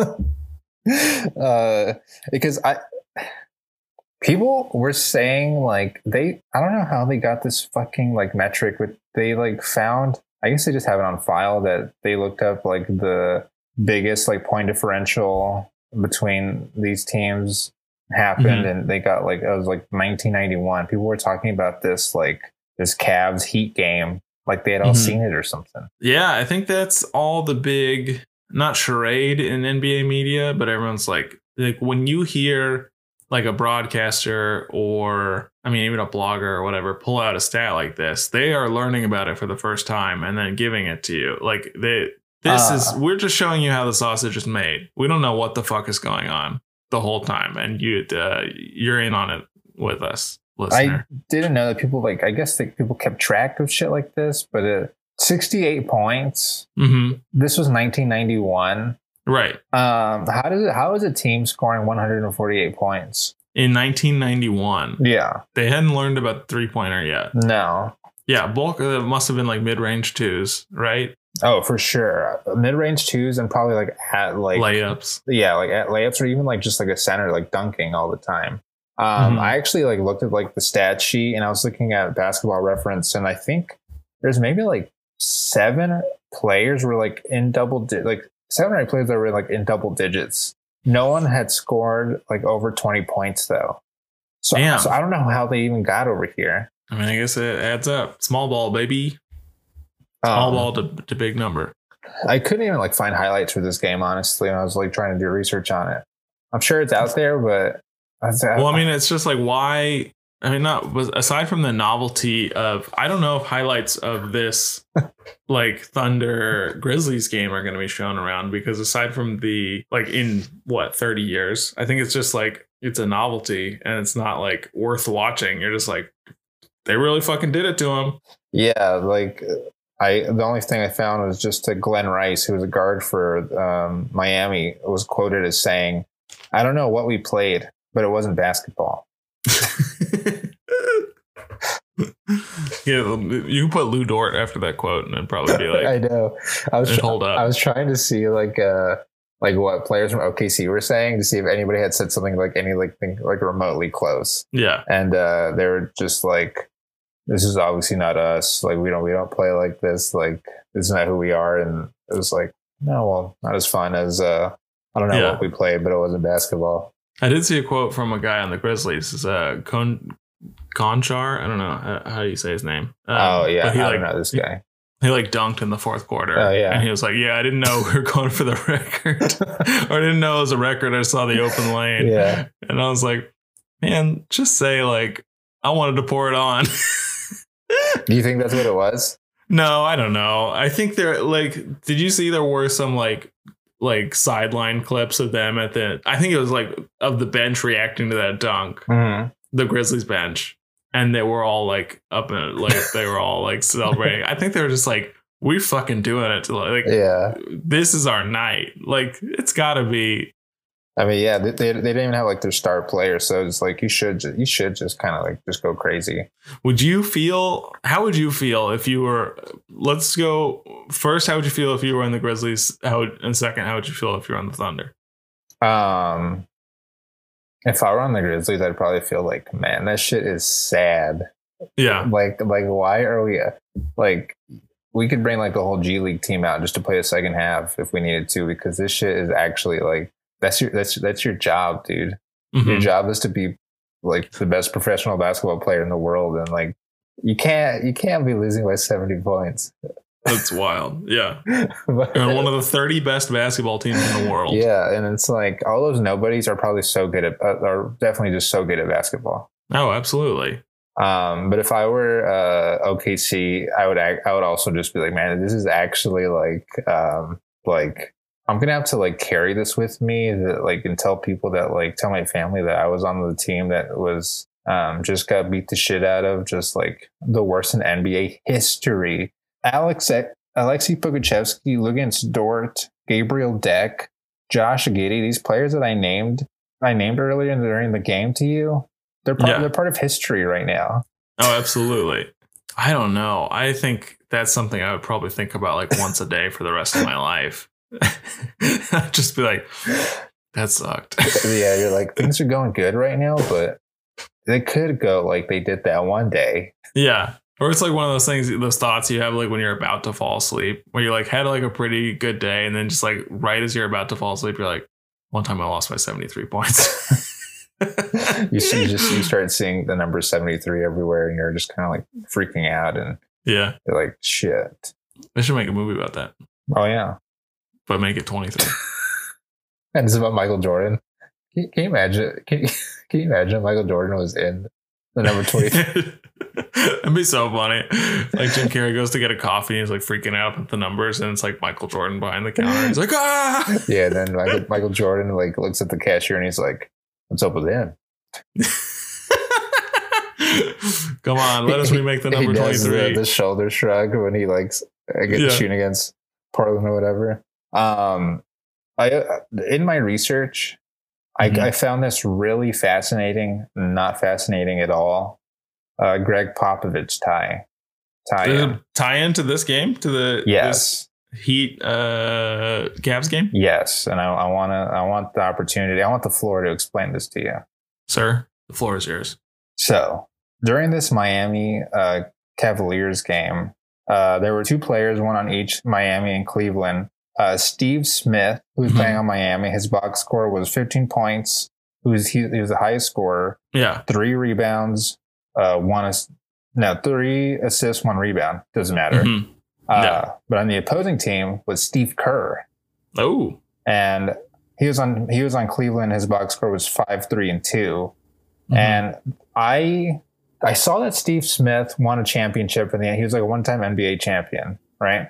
S3: uh, because I people were saying like they I don't know how they got this fucking like metric, but they like found I guess they just have it on file that they looked up like the biggest like point differential between these teams happened,
S2: Mhm.
S3: and they got like it was like 1991. People were talking about this like this Cavs Heat game. Like they had all
S2: Mhm.
S3: seen it or something.
S2: Yeah, I think that's all the big not charade in NBA media, but everyone's like like when you hear like a broadcaster or I mean even a blogger or whatever pull out a stat like this, they are learning about it for the first time and then giving it to you. Like they this
S3: Uh.
S2: is we're just showing you how the sausage is made. We don't know what the fuck is going on the whole time and you uh, you're in on it with us, listener.
S3: didn't know that people like I guess that people kept track of shit like this, but uh, 68 points.
S2: mhm.
S3: This was 1991.
S2: Right.
S3: Um, how does it? How is a team scoring 148 points?
S2: In 1991,
S3: Yeah,
S2: they hadn't learned about the three-pointer yet.
S3: no.
S2: Yeah, bulk uh, must have been like mid range twos, right?
S3: Oh, for sure. Mid range twos and probably like at like
S2: Layups.
S3: yeah, like at layups or even like just like a center like dunking all the time. Um,
S2: Mhm.
S3: I actually like looked at like the stat sheet and I was looking at Basketball Reference and I think there's maybe like seven players were like in double di- like seven or eight players that were like in double digits. No one had scored like over 20 points though. So,
S2: Damn.
S3: so I don't know how they even got over here.
S2: I mean, I guess it adds up. Small ball, baby. Small
S3: Um,
S2: ball to, to big number.
S3: I couldn't even like find highlights for this game honestly. And I was like trying to do research on it. I'm sure it's out there, but
S2: Well, I mean, it's just like why. I mean, not was aside from the novelty of. I don't know if highlights of
S3: [LAUGHS]
S2: this like Thunder Grizzlies game are going to be shown around because aside from the like in what thirty years, I think it's just like it's a novelty and it's not like worth watching. You're just like they really fucking did it to
S3: [LAUGHS]
S2: him. [LAUGHS]
S3: Yeah, like uh, I the only thing I found was just that Glenn Rice, who was a guard for um, Miami, was quoted as saying, "I don't know what we played, but it wasn't basketball."
S2: yeah, you can put Lou Dort after that quote, and it'd probably be like,
S3: [LAUGHS] I know. I was
S2: It'd
S3: try-
S2: hold up.
S3: I was trying to see like uh like what players from OKC were saying to see if anybody had said something like any like thing like remotely close,
S2: "Yeah,
S3: and uh, they were just like. This is obviously not us. Like we don't we don't play like this. Like this is not who we are. And it was like, no, well, not as fun as uh I don't know
S2: Yeah.
S3: what we played, but it wasn't basketball.
S2: I did see a quote from a guy on the Grizzlies. It's uh, Con Conchar. I don't know how, how do you say his name. Um,
S3: oh yeah,
S2: but he
S3: I
S2: like
S3: don't know this guy.
S2: he like dunked in the fourth quarter.
S3: Oh, yeah.
S2: and he was like, "Yeah, I didn't know we were going for the record,
S3: [LAUGHS]
S2: or I didn't know it was a record. I saw the open lane,
S3: Yeah.
S2: and I was like, man, just say like." I wanted to pour it on. [LAUGHS]
S3: Do you think that's what it was?
S2: no, I don't know. I think there like did you see there were some like like sideline clips of them at the I think it was like of the bench reacting to that dunk,
S3: Mm.
S2: the Grizzlies bench. And they were all like up and like they were all
S3: [LAUGHS]
S2: like celebrating. I think they were just like, we fucking doing it to like
S3: Yeah.
S2: this is our night. Like it's gotta be
S3: I mean, yeah, they, they, they didn't even have like their star player, so it's like you should ju- you should just kind of like just go crazy.
S2: Would you feel how would you feel if you were let's go first how would you feel if you were in the Grizzlies how would, and second how would you feel if you were on the Thunder?
S3: Um, if I were on the Grizzlies, I'd probably feel like, man, that shit is sad.
S2: Yeah.
S3: Like, like why are we like we could bring like the whole G League team out just to play a second half if we needed to because this shit is actually like that's your that's that's your job, dude. Your
S2: Mhm.
S3: job is to be like the best professional basketball player in the world, and like you can't you can't be losing by seventy points. [LAUGHS]
S2: That's wild. Yeah.
S3: But-
S2: You're on one of the 30 best basketball teams in the world.
S3: Yeah, and it's like all those nobodies are probably so good at uh, are definitely just so good at basketball.
S2: Oh, absolutely.
S3: Um, but if I were uh, OKC, I would act, I would also just be like, man, this is actually like um, like I'm gonna have to like carry this with me that like and tell people that like tell my family that I was on the team that was um, just got beat the shit out of just like the worst in NBA history. Alex Alexei Pokuchevsky, Lugans Dort, Gabriel Deck, Josh Giddy, these players that I named I named earlier during the game to you, they're part
S2: Yeah.
S3: they're part of history right now.
S2: Oh, absolutely. I don't know. I think that's something I would probably think about like once a day for the rest of my life. [LAUGHS] I'd just be like, that sucked.
S3: [LAUGHS] yeah, you're like things are going good right now, but they could go like they did that one day.
S2: Yeah. Or it's like one of those things, those thoughts you have like when you're about to fall asleep, where you like had like a pretty good day, and then just like right as you're about to fall asleep, you're like, one time I lost by 73 points.
S3: [LAUGHS] You see, you just
S2: [GASPS]
S3: you start seeing the number seventy three everywhere, and you're just kind of like freaking out, and
S2: [LAUGHS] Yeah.
S3: you're like, shit.
S2: They should make a movie about that,
S3: Oh yeah,
S2: but make it 23.
S3: and it's about Michael Jordan. Can, can you imagine? Can, can you [LAUGHS] imagine if Michael Jordan was in the
S2: [LAUGHS]
S3: number twenty three?
S2: That'd be so funny. Like Jim Carrey goes to get a coffee and he's like freaking out at the numbers, and it's like Michael Jordan behind the counter. He's like, ah. [LAUGHS]
S3: yeah, and then Michael, Michael Jordan like looks at the cashier and he's like, "What's up with him?"
S2: Come on, let us remake the number
S3: he does uh,
S2: 23.
S3: The, the shoulder shrug when he likes against
S2: Yeah.
S3: shooting against Portland or whatever. Um, I in my research,
S2: Mhm.
S3: I, I found this really fascinating. Not fascinating at all. Uh, Greg Popovich tie,
S2: Does
S3: tie.
S2: it tie into this game to the
S3: Yes,
S2: this Heat uh Cavs game,
S3: yes, and I, I want to. I want the opportunity. I want the floor to explain this to you.
S2: sir? The floor is yours.
S3: So during this Miami uh, Cavaliers game, uh, there were two players, one on each Miami and Cleveland. Uh, Steve Smith, who was
S2: Mhm.
S3: playing on Miami, his box score was 15 points. Who was he, he was the highest scorer,
S2: Yeah,
S3: three rebounds, uh, one ass- no three assists, one rebound. Doesn't matter.
S2: Mhm.
S3: Uh,
S2: Yeah.
S3: But on the opposing team was Steve Kerr,
S2: Oh,
S3: and he was on he was on Cleveland. His box score was five, three, and two.
S2: Mhm.
S3: And I I saw that Steve Smith won a championship in the end. He was like a one-time NBA champion, right?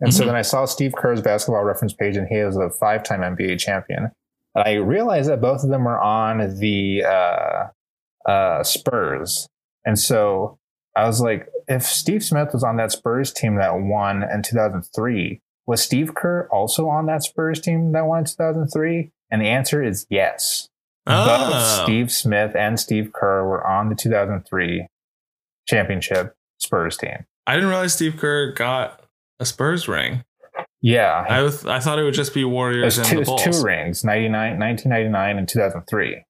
S3: And so
S2: Mhm.
S3: then I saw Steve Kerr's basketball reference page, and he is a five-time NBA champion. And I realized that both of them were on the uh, uh, Spurs, and so I was like, if Steve Smith was on that Spurs team that won in 2003, was Steve Kerr also on that Spurs team that won in 2003? And the answer is yes. Both
S2: oh,
S3: Steve Smith and Steve Kerr were on the 2003 championship Spurs team.
S2: I didn't realize Steve Kerr got a Spurs ring.
S3: Yeah.
S2: I was, I thought it would just be
S3: It
S2: Warriors
S3: was
S2: and
S3: two,
S2: the
S3: it was two
S2: Bulls.
S3: rings, 99, 1999 and 2003.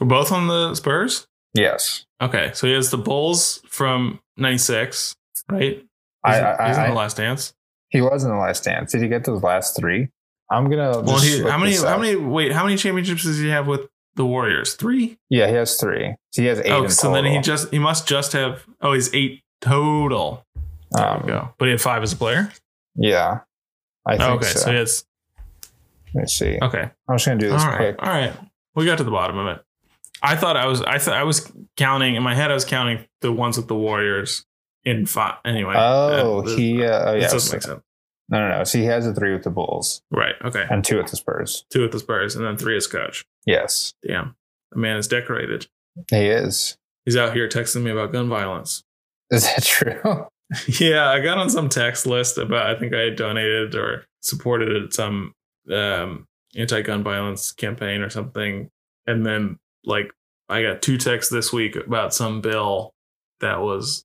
S2: Were Both on the Spurs.
S3: Yes.
S2: Okay, so he has the Bulls from '96, right? He's,
S3: I, I,
S2: he's in
S3: I-
S2: the Last Dance.
S3: he was in the last dance. Did he get those last three? I'm going to.
S2: Well, he, how many? How many? Wait, how many championships does he have with the Warriors? Three.
S3: Yeah, he has three. So he has eight.
S2: Oh,
S3: in
S2: so then he
S3: total.
S2: just he must just have oh he's eight total.
S3: Um,
S2: Go, but he had five as a player.
S3: Yeah. I think
S2: Oh, okay,
S3: so.
S2: so. he has
S3: Let me see.
S2: okay.
S3: I'm just going to do
S2: All
S3: this
S2: right,
S3: quick.
S2: all right. We got to the bottom of it. I thought I was I thought I was counting in my head. I was counting the ones with the Warriors in five. Anyway.
S3: Oh,
S2: that- that-
S3: he. Uh, oh,
S2: this
S3: yeah.
S2: doesn't make sense.
S3: No, no, no. So he has a three with the Bulls
S2: Right. Okay.
S3: and two with the Spurs.
S2: Two with the Spurs, and then three is coach.
S3: Yes,
S2: Damn, the man is decorated.
S3: he is. [LAUGHS]
S2: He's out here texting me about gun violence. [LAUGHS]
S3: Is that true?
S2: Yeah, I got on some text list about I think I had donated or supported some um, anti-gun violence campaign or something, and then like I got two texts this week about some bill that was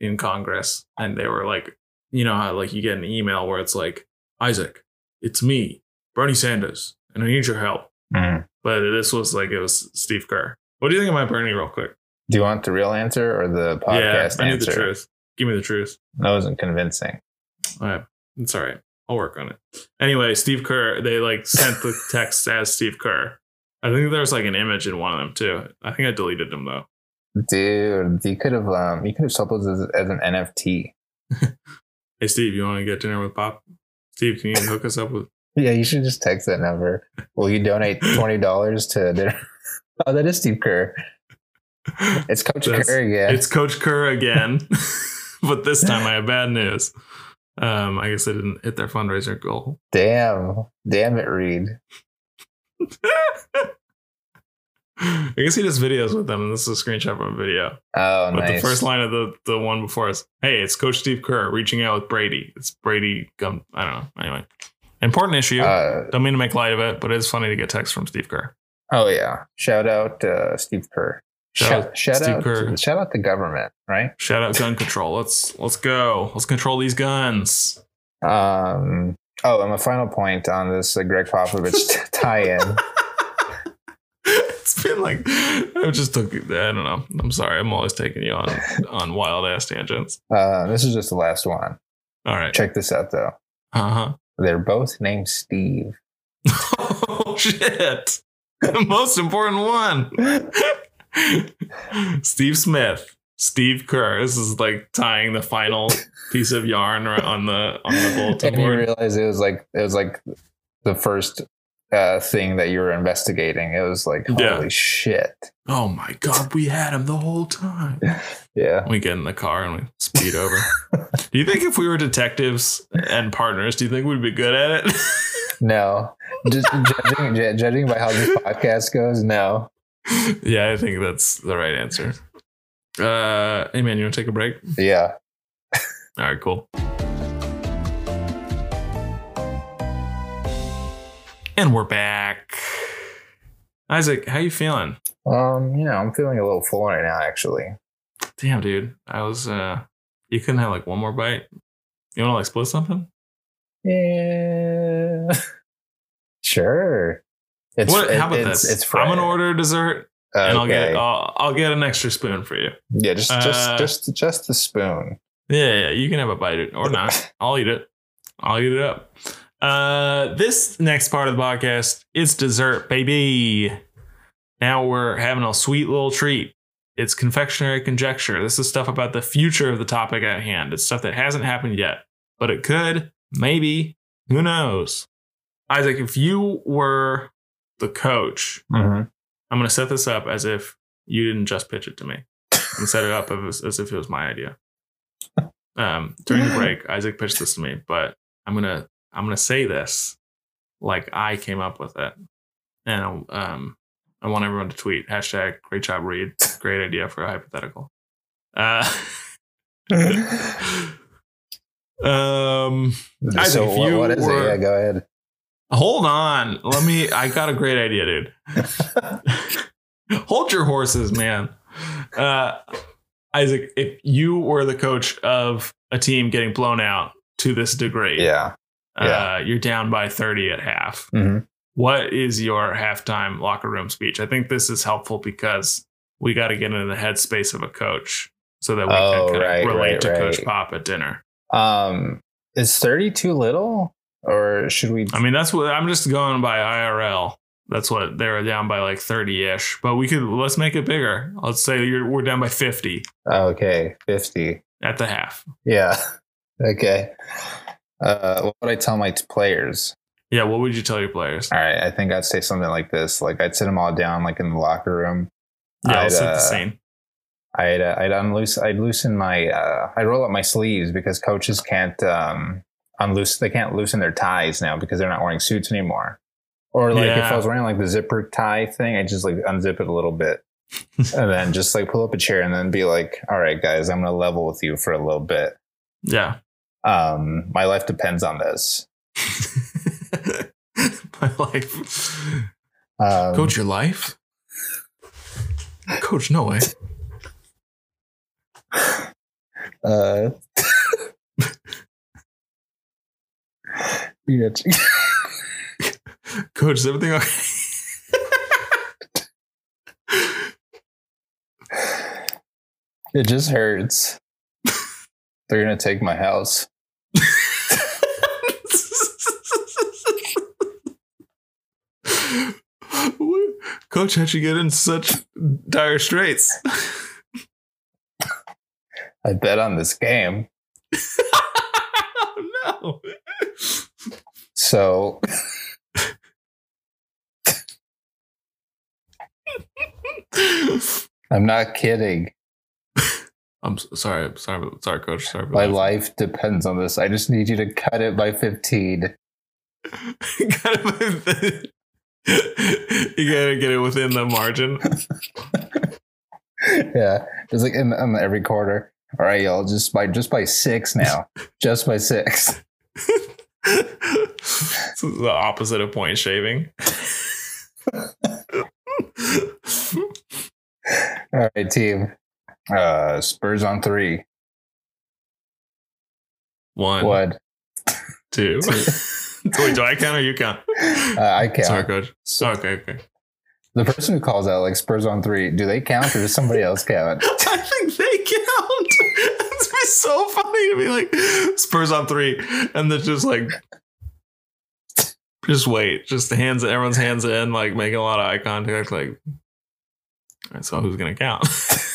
S2: in Congress, and they were like, you know how like you get an email where it's like Isaac, it's me, Bernie Sanders, and I need your help.
S3: Mm.
S2: But this was like it was Steve Kerr. What do you think of my Bernie, real quick?
S3: Do you want the real answer or the podcast
S2: I need
S3: answer?
S2: the truth. Give me the truth.
S3: That wasn't convincing.
S2: All right. It's all right. I'll work on it. Anyway, Steve Kerr, they like sent
S3: [LAUGHS]
S2: the text as Steve Kerr. I think there was like an image in one of them too. I think I deleted them though.
S3: Dude, you could have um, you could have sold this as, as an NFT.
S2: Hey Steve, you want to get dinner with Pop? Steve, can you hook us up
S3: [LAUGHS]
S2: with
S3: Yeah, you should just text that number. Will
S2: [LAUGHS]
S3: you donate twenty dollars to dinner? [LAUGHS] oh, that is Steve Kerr. It's Coach
S2: That's-
S3: Kerr again.
S2: It's Coach Kerr
S3: [LAUGHS]
S2: again. [LAUGHS] but this time I have bad news. Um, I guess they didn't hit their fundraiser goal. [LAUGHS]
S3: Damn, damn it, Reed.
S2: I guess he does videos with them, and this is a screenshot from a video.
S3: Oh,
S2: But
S3: nice.
S2: the first line of the, the one before is, "Hey, it's Coach Steve Kerr reaching out with Brady." It's Brady. Gum, I don't know. Anyway, important issue.
S3: Uh,
S2: don't mean to make light of it, but it's funny to get texts from Steve Kerr.
S3: oh yeah, shout out uh, Steve Kerr.
S2: Shout
S3: Shout, shout
S2: Steve
S3: out,
S2: Kerr.
S3: shout out the government, right?
S2: Shout out gun control. Let's let's go. Let's control these guns. [LAUGHS]
S3: Um, oh, and my final point on this uh, Greg
S2: [LAUGHS]
S3: Popovich t- tie-in.
S2: it's been like I just took. I don't know. I'm sorry. I'm always taking you on on wild ass tangents.
S3: Uh, this is just the last one.
S2: All right.
S3: Check this out, though.
S2: Uh
S3: They're both named Steve.
S2: huh. [LAUGHS] oh shit. The most important one. Steve Smith, Steve Kerr. This is like tying the final piece of yarn or- on the on
S3: [LAUGHS]
S2: the bulletin
S3: and you
S2: board.
S3: realize it was like it was like the first uh, thing that you were investigating. It was like holy
S2: Yeah.
S3: shit.
S2: oh my god, we had him the whole time.
S3: Yeah.
S2: We get in the car and we speed over. do you think if we were detectives and partners, do you think we'd be good at it? [LAUGHS]
S3: No. Just judging, [LAUGHS] ju- judging by how this podcast goes, no.
S2: yeah, I think that's the right answer. Uh, hey man, you want to take a break?
S3: Yeah.
S2: All right, cool. And we're back. Isaac, how you feeling?
S3: Um, you know, I'm feeling a little full right now, actually.
S2: Damn, dude. I was uh you couldn't have like one more bite. You wanna like split something?
S3: Yeah. [LAUGHS] sure. It's,
S2: what
S3: it-
S2: how about
S3: it's,
S2: this?
S3: It's
S2: I'm
S3: Friday.
S2: gonna order dessert and I'll get
S3: Okay.
S2: I'll, I'll get an extra spoon for you.
S3: yeah, just just
S2: uh,
S3: just just the spoon.
S2: Yeah, yeah, you can have a bite or not. I'll eat it. I'll eat it up. Uh, this next part of the podcast is dessert, baby. Now we're having a sweet little treat. It's confectionery conjecture. This is stuff about the future of the topic at hand. It's stuff that hasn't happened yet, but it could, maybe, who knows? Isaac, if you were the coach,
S3: [LAUGHS] Mhm.
S2: I'm going to set this up as if you didn't just pitch it to me. And set it up as, as if it was my idea. Um, during the break, Isaac pitched this to me, but I'm gonna I'm gonna say this like I came up with it, and um, I want everyone to tweet hashtag Great job, Reed. Great idea for a hypothetical. Uh, [LAUGHS] um, Isaac,
S3: so
S2: if
S3: what-
S2: you
S3: what is
S2: were-
S3: it? Yeah, go ahead.
S2: Hold on. Let me. I got a great idea,
S3: [LAUGHS]
S2: dude. Hold your horses, man. Uh, Isaac, if you were the coach of a team getting blown out to this degree,
S3: Yeah.
S2: uh,
S3: yeah.
S2: you're down by 30 at half.
S3: Mhm.
S2: What is your halftime locker room speech? I think this is helpful because we got to get into the headspace of a coach so that we
S3: Oh,
S2: can kind
S3: right,
S2: of relate
S3: right,
S2: to Coach
S3: right.
S2: Pop at dinner.
S3: Um, is 30 too little or should we?
S2: I mean, that's what I'm just going by IRL. That's what they were down by like 30 ish, but we could let's make it bigger. Let's say you're, we're down by 50
S3: uh, okay, 50.
S2: at the half.
S3: Yeah. [LAUGHS] Okay. Uh, what would I tell my t- players?
S2: Yeah, what would you tell your players?
S3: All right. I think I'd say something like this. Like I'd sit them all down, like in the locker room
S2: Yeah, I'll
S3: I'd,
S2: set
S3: uh,
S2: the scene.
S3: I'd uh, I'd unloose I'd loosen my uh, I roll up my sleeves because coaches can't um unloose they can't loosen their ties now because they're not wearing suits anymore. Or like if
S2: Yeah.
S3: I was wearing like the zipper tie thing, I would just like unzip it a little bit and then just like pull up a chair and then be like, "All right, guys, I'm gonna level with you for a little bit.
S2: Yeah. [LAUGHS]
S3: Um, my life depends on this."
S2: My life.
S3: Um,
S1: Coach your life? Coach, no way.
S3: Uh, [LAUGHS] yeah.
S2: Coach, is everything okay?
S3: [LAUGHS] It just hurts. They're gonna take my house.
S2: [LAUGHS] What? Coach, how'd you get in such dire straits?
S3: I bet on this game.
S2: [LAUGHS] Oh, no.
S3: So I'm not kidding.
S2: I'm s- sorry. I'm Sorry. about- Sorry, Coach. Sorry.
S3: My
S2: about [LAUGHS]
S3: life depends on this. I just need you to cut it by 15.
S2: that. Kind of a- [LAUGHS] you gotta get it within the margin.
S3: [LAUGHS]
S2: [LAUGHS]
S3: yeah. Just like in, in every quarter. All right, y'all, just by just by six now. just by six. [LAUGHS]
S2: It's the opposite of point shaving. [LAUGHS]
S3: All right, team. Uh Spurs on three.
S2: One,
S3: What?
S2: two. [LAUGHS] Wait, do I count or you
S3: [LAUGHS]
S2: count?
S3: Uh, I count.
S2: Sorry, coach.
S3: So
S2: Okay, okay.
S3: the person who calls out like Spurs on three, do they count or does somebody else count? [LAUGHS]
S2: I think they count. It's be so funny to be like Spurs on three, and then just like just wait, just the hands, everyone's hands in, like making a lot of eye contact. Like, I saw who's gonna count. [LAUGHS]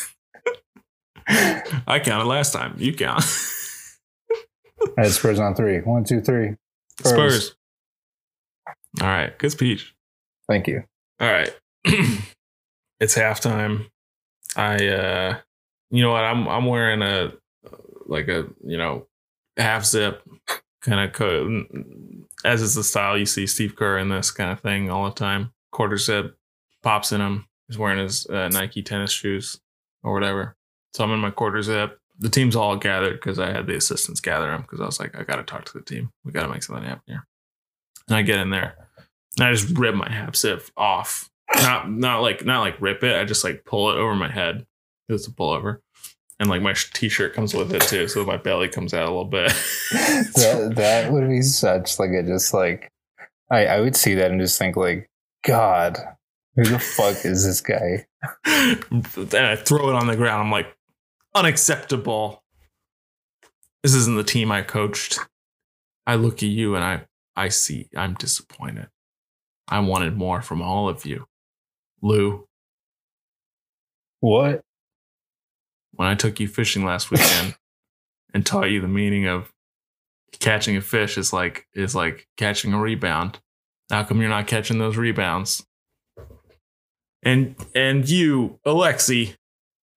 S2: I counted last time. You count.
S3: All right, Spurs on three. One, two, three.
S2: Spurs. All right, good speech.
S3: Thank you.
S2: All right, [CLEARS THROAT] it's halftime. I, uh you know what? I'm I'm wearing a like a you know half zip kind of co- as is the style you see Steve Kerr in this kind of thing all the time. Quarter zip pops in him. He's wearing his uh, Nike tennis shoes or whatever. So I'm in my quarter zip. The team's all gathered because I had the assistants gather them because I was like, I got to talk to the team. We got to make something happen here. And I get in there and I just rip my half zip off. Not not like not like rip it. I just like pull it over my head. It's a pullover, and like my sh- t-shirt comes with it too, so my belly comes out a little bit.
S3: that, that would be such like a just like I, I would see that and just think like God, who the fuck is this guy?
S2: and I throw it on the ground. I'm like, unacceptable. This isn't the team I coached. I look at you and I I see I'm disappointed. I wanted more from all of you. Lou,
S3: What?
S2: when I took you fishing last weekend and taught you the meaning of catching a fish is like is like catching a rebound. How come you're not catching those rebounds? And and you, Alexi,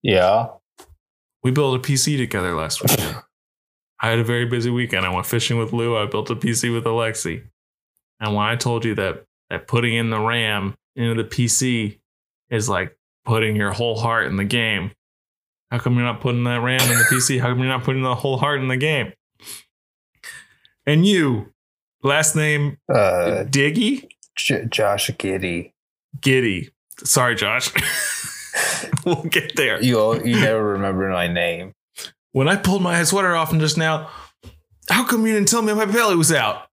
S3: Yeah.
S2: we built a PC together last weekend. I had a very busy weekend. I went fishing with Lou. I built a PC with Alexi. And when I told you that that putting in the RAM into the PC is like putting your whole heart in the game, how come you're not putting that RAM in the PC? How come you're not putting the whole heart in the game? And you, last name
S3: Uh
S2: Diggy
S3: J- Josh Giddy.
S2: Giddy. Sorry, Josh. [LAUGHS] we'll get there.
S3: You all, you never remember my name.
S2: when I pulled my sweater off and just now, how come you didn't tell me my belly was out?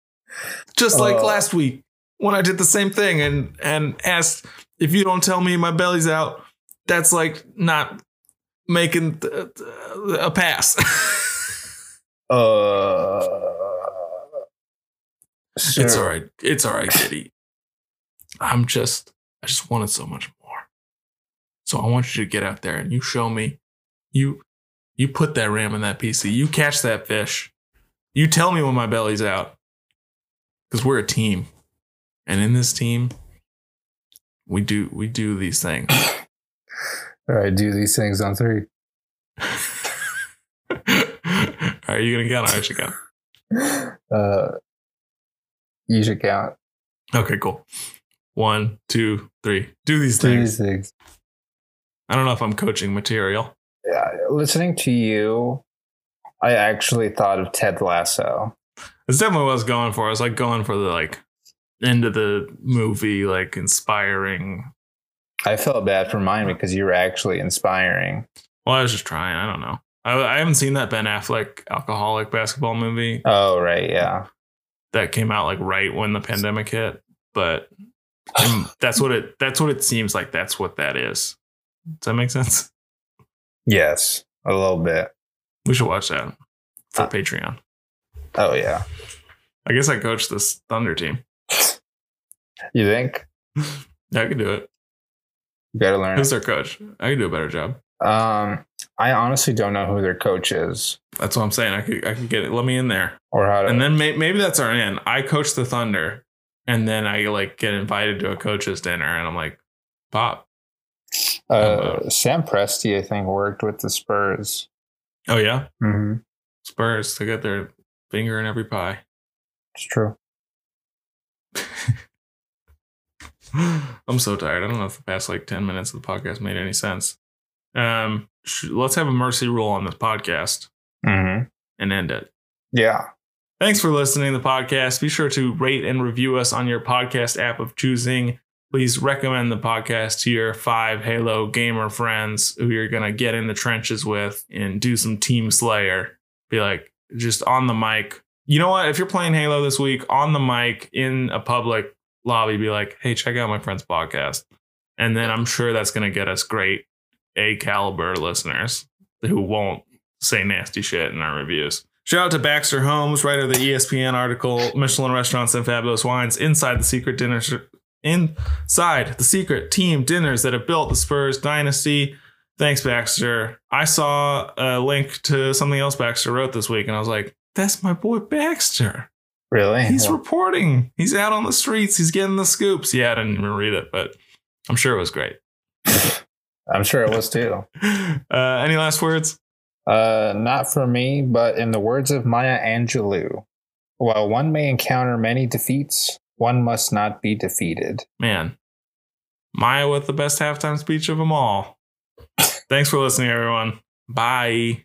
S2: Just like
S3: Uh.
S2: last week when I did the same thing and and asked if you don't tell me my belly's out, that's like not making th- th- a pass. [LAUGHS]
S3: Uh
S2: it's
S3: sir,
S2: all right. It's all right, Kitty. I'm just I just wanted so much more. So I want you to get out there and you show me. You you put that ram in that PC. You catch that fish. You tell me when my belly's out. Cuz we're a team. [LAUGHS] And in this team, we do we do these things.
S3: All right, do these things on three.
S2: Are you gonna count? or I should count.
S3: Uh, you should count.
S2: Okay, cool. One, two, three. Do these
S3: Do
S2: things.
S3: these things.
S2: I don't know if I'm coaching material.
S3: Yeah, listening to you, I actually thought of Ted Lasso.
S2: That's definitely what I was going for. I was like going for the like end of the movie, like inspiring.
S3: I felt bad for mine because you were actually inspiring.
S2: Well, I was just trying. I don't know. I, I haven't seen that Ben Affleck alcoholic basketball movie
S3: Oh, right. Yeah.
S2: that came out like right when the pandemic hit, but um, that's what it that's what it seems like. That's what that is. Does that make sense?
S3: Yes, a little bit.
S2: We should watch that for
S3: Uh,
S2: Patreon.
S3: Oh, yeah.
S2: I guess I coach this Thunder team.
S3: You think?
S2: I could do it.
S3: You got to learn.
S2: Who's their coach? I could do a better job.
S3: Um, I honestly don't know who their coach is
S2: That's what I'm saying. I could I could get it. Let me in there.
S3: or how to.
S2: And then may- maybe that's our end. I coach the Thunder, and then I like get invited to a coach's dinner, and I'm like, "Pop,
S3: uh,
S2: Uh-huh.
S3: Sam Presti, I think, worked with the Spurs.
S2: oh yeah,
S3: Mm-hmm.
S2: Spurs. They got their finger in every pie." [GASPS]
S3: It's true.
S2: I'm so tired. I don't know if the past like ten minutes of the podcast made any sense. Um, sh- let's have a mercy rule on this podcast
S3: Mm-hmm.
S2: and end it.
S3: Yeah.
S2: Thanks for listening to the podcast. Be sure to rate and review us on your podcast app of choosing. Please recommend the podcast to your five Halo gamer friends who you're going to get in the trenches with and do some team slayer. Be like, just on the mic. You know what? If you're playing Halo this week, on the mic in a public lobby, be like, hey, check out my friend's podcast. And then I'm sure that's going to get us great A caliber listeners who won't say nasty shit in our reviews. Shout out to Baxter Holmes, writer of the E ESPN article "Michelin Restaurants and Fabulous Wines" inside the secret dinner inside the secret team dinners that have built the Spurs dynasty. Thanks, Baxter. I saw a link to something else Baxter wrote this week, and I was like, "That's my boy Baxter.
S3: Really?
S2: He's
S3: Well, [LAUGHS]
S2: reporting. He's out on the streets. He's getting the scoops." Yeah, I didn't even read it, but I'm sure it was great. [LAUGHS]
S3: I'm sure it was too.
S2: Uh, any last words?
S3: Uh, not for me, but in the words of Maya Angelou, while one may encounter many defeats, one must not be defeated.
S2: man, Maya with the best halftime speech of them all. Thanks for listening, everyone. Bye.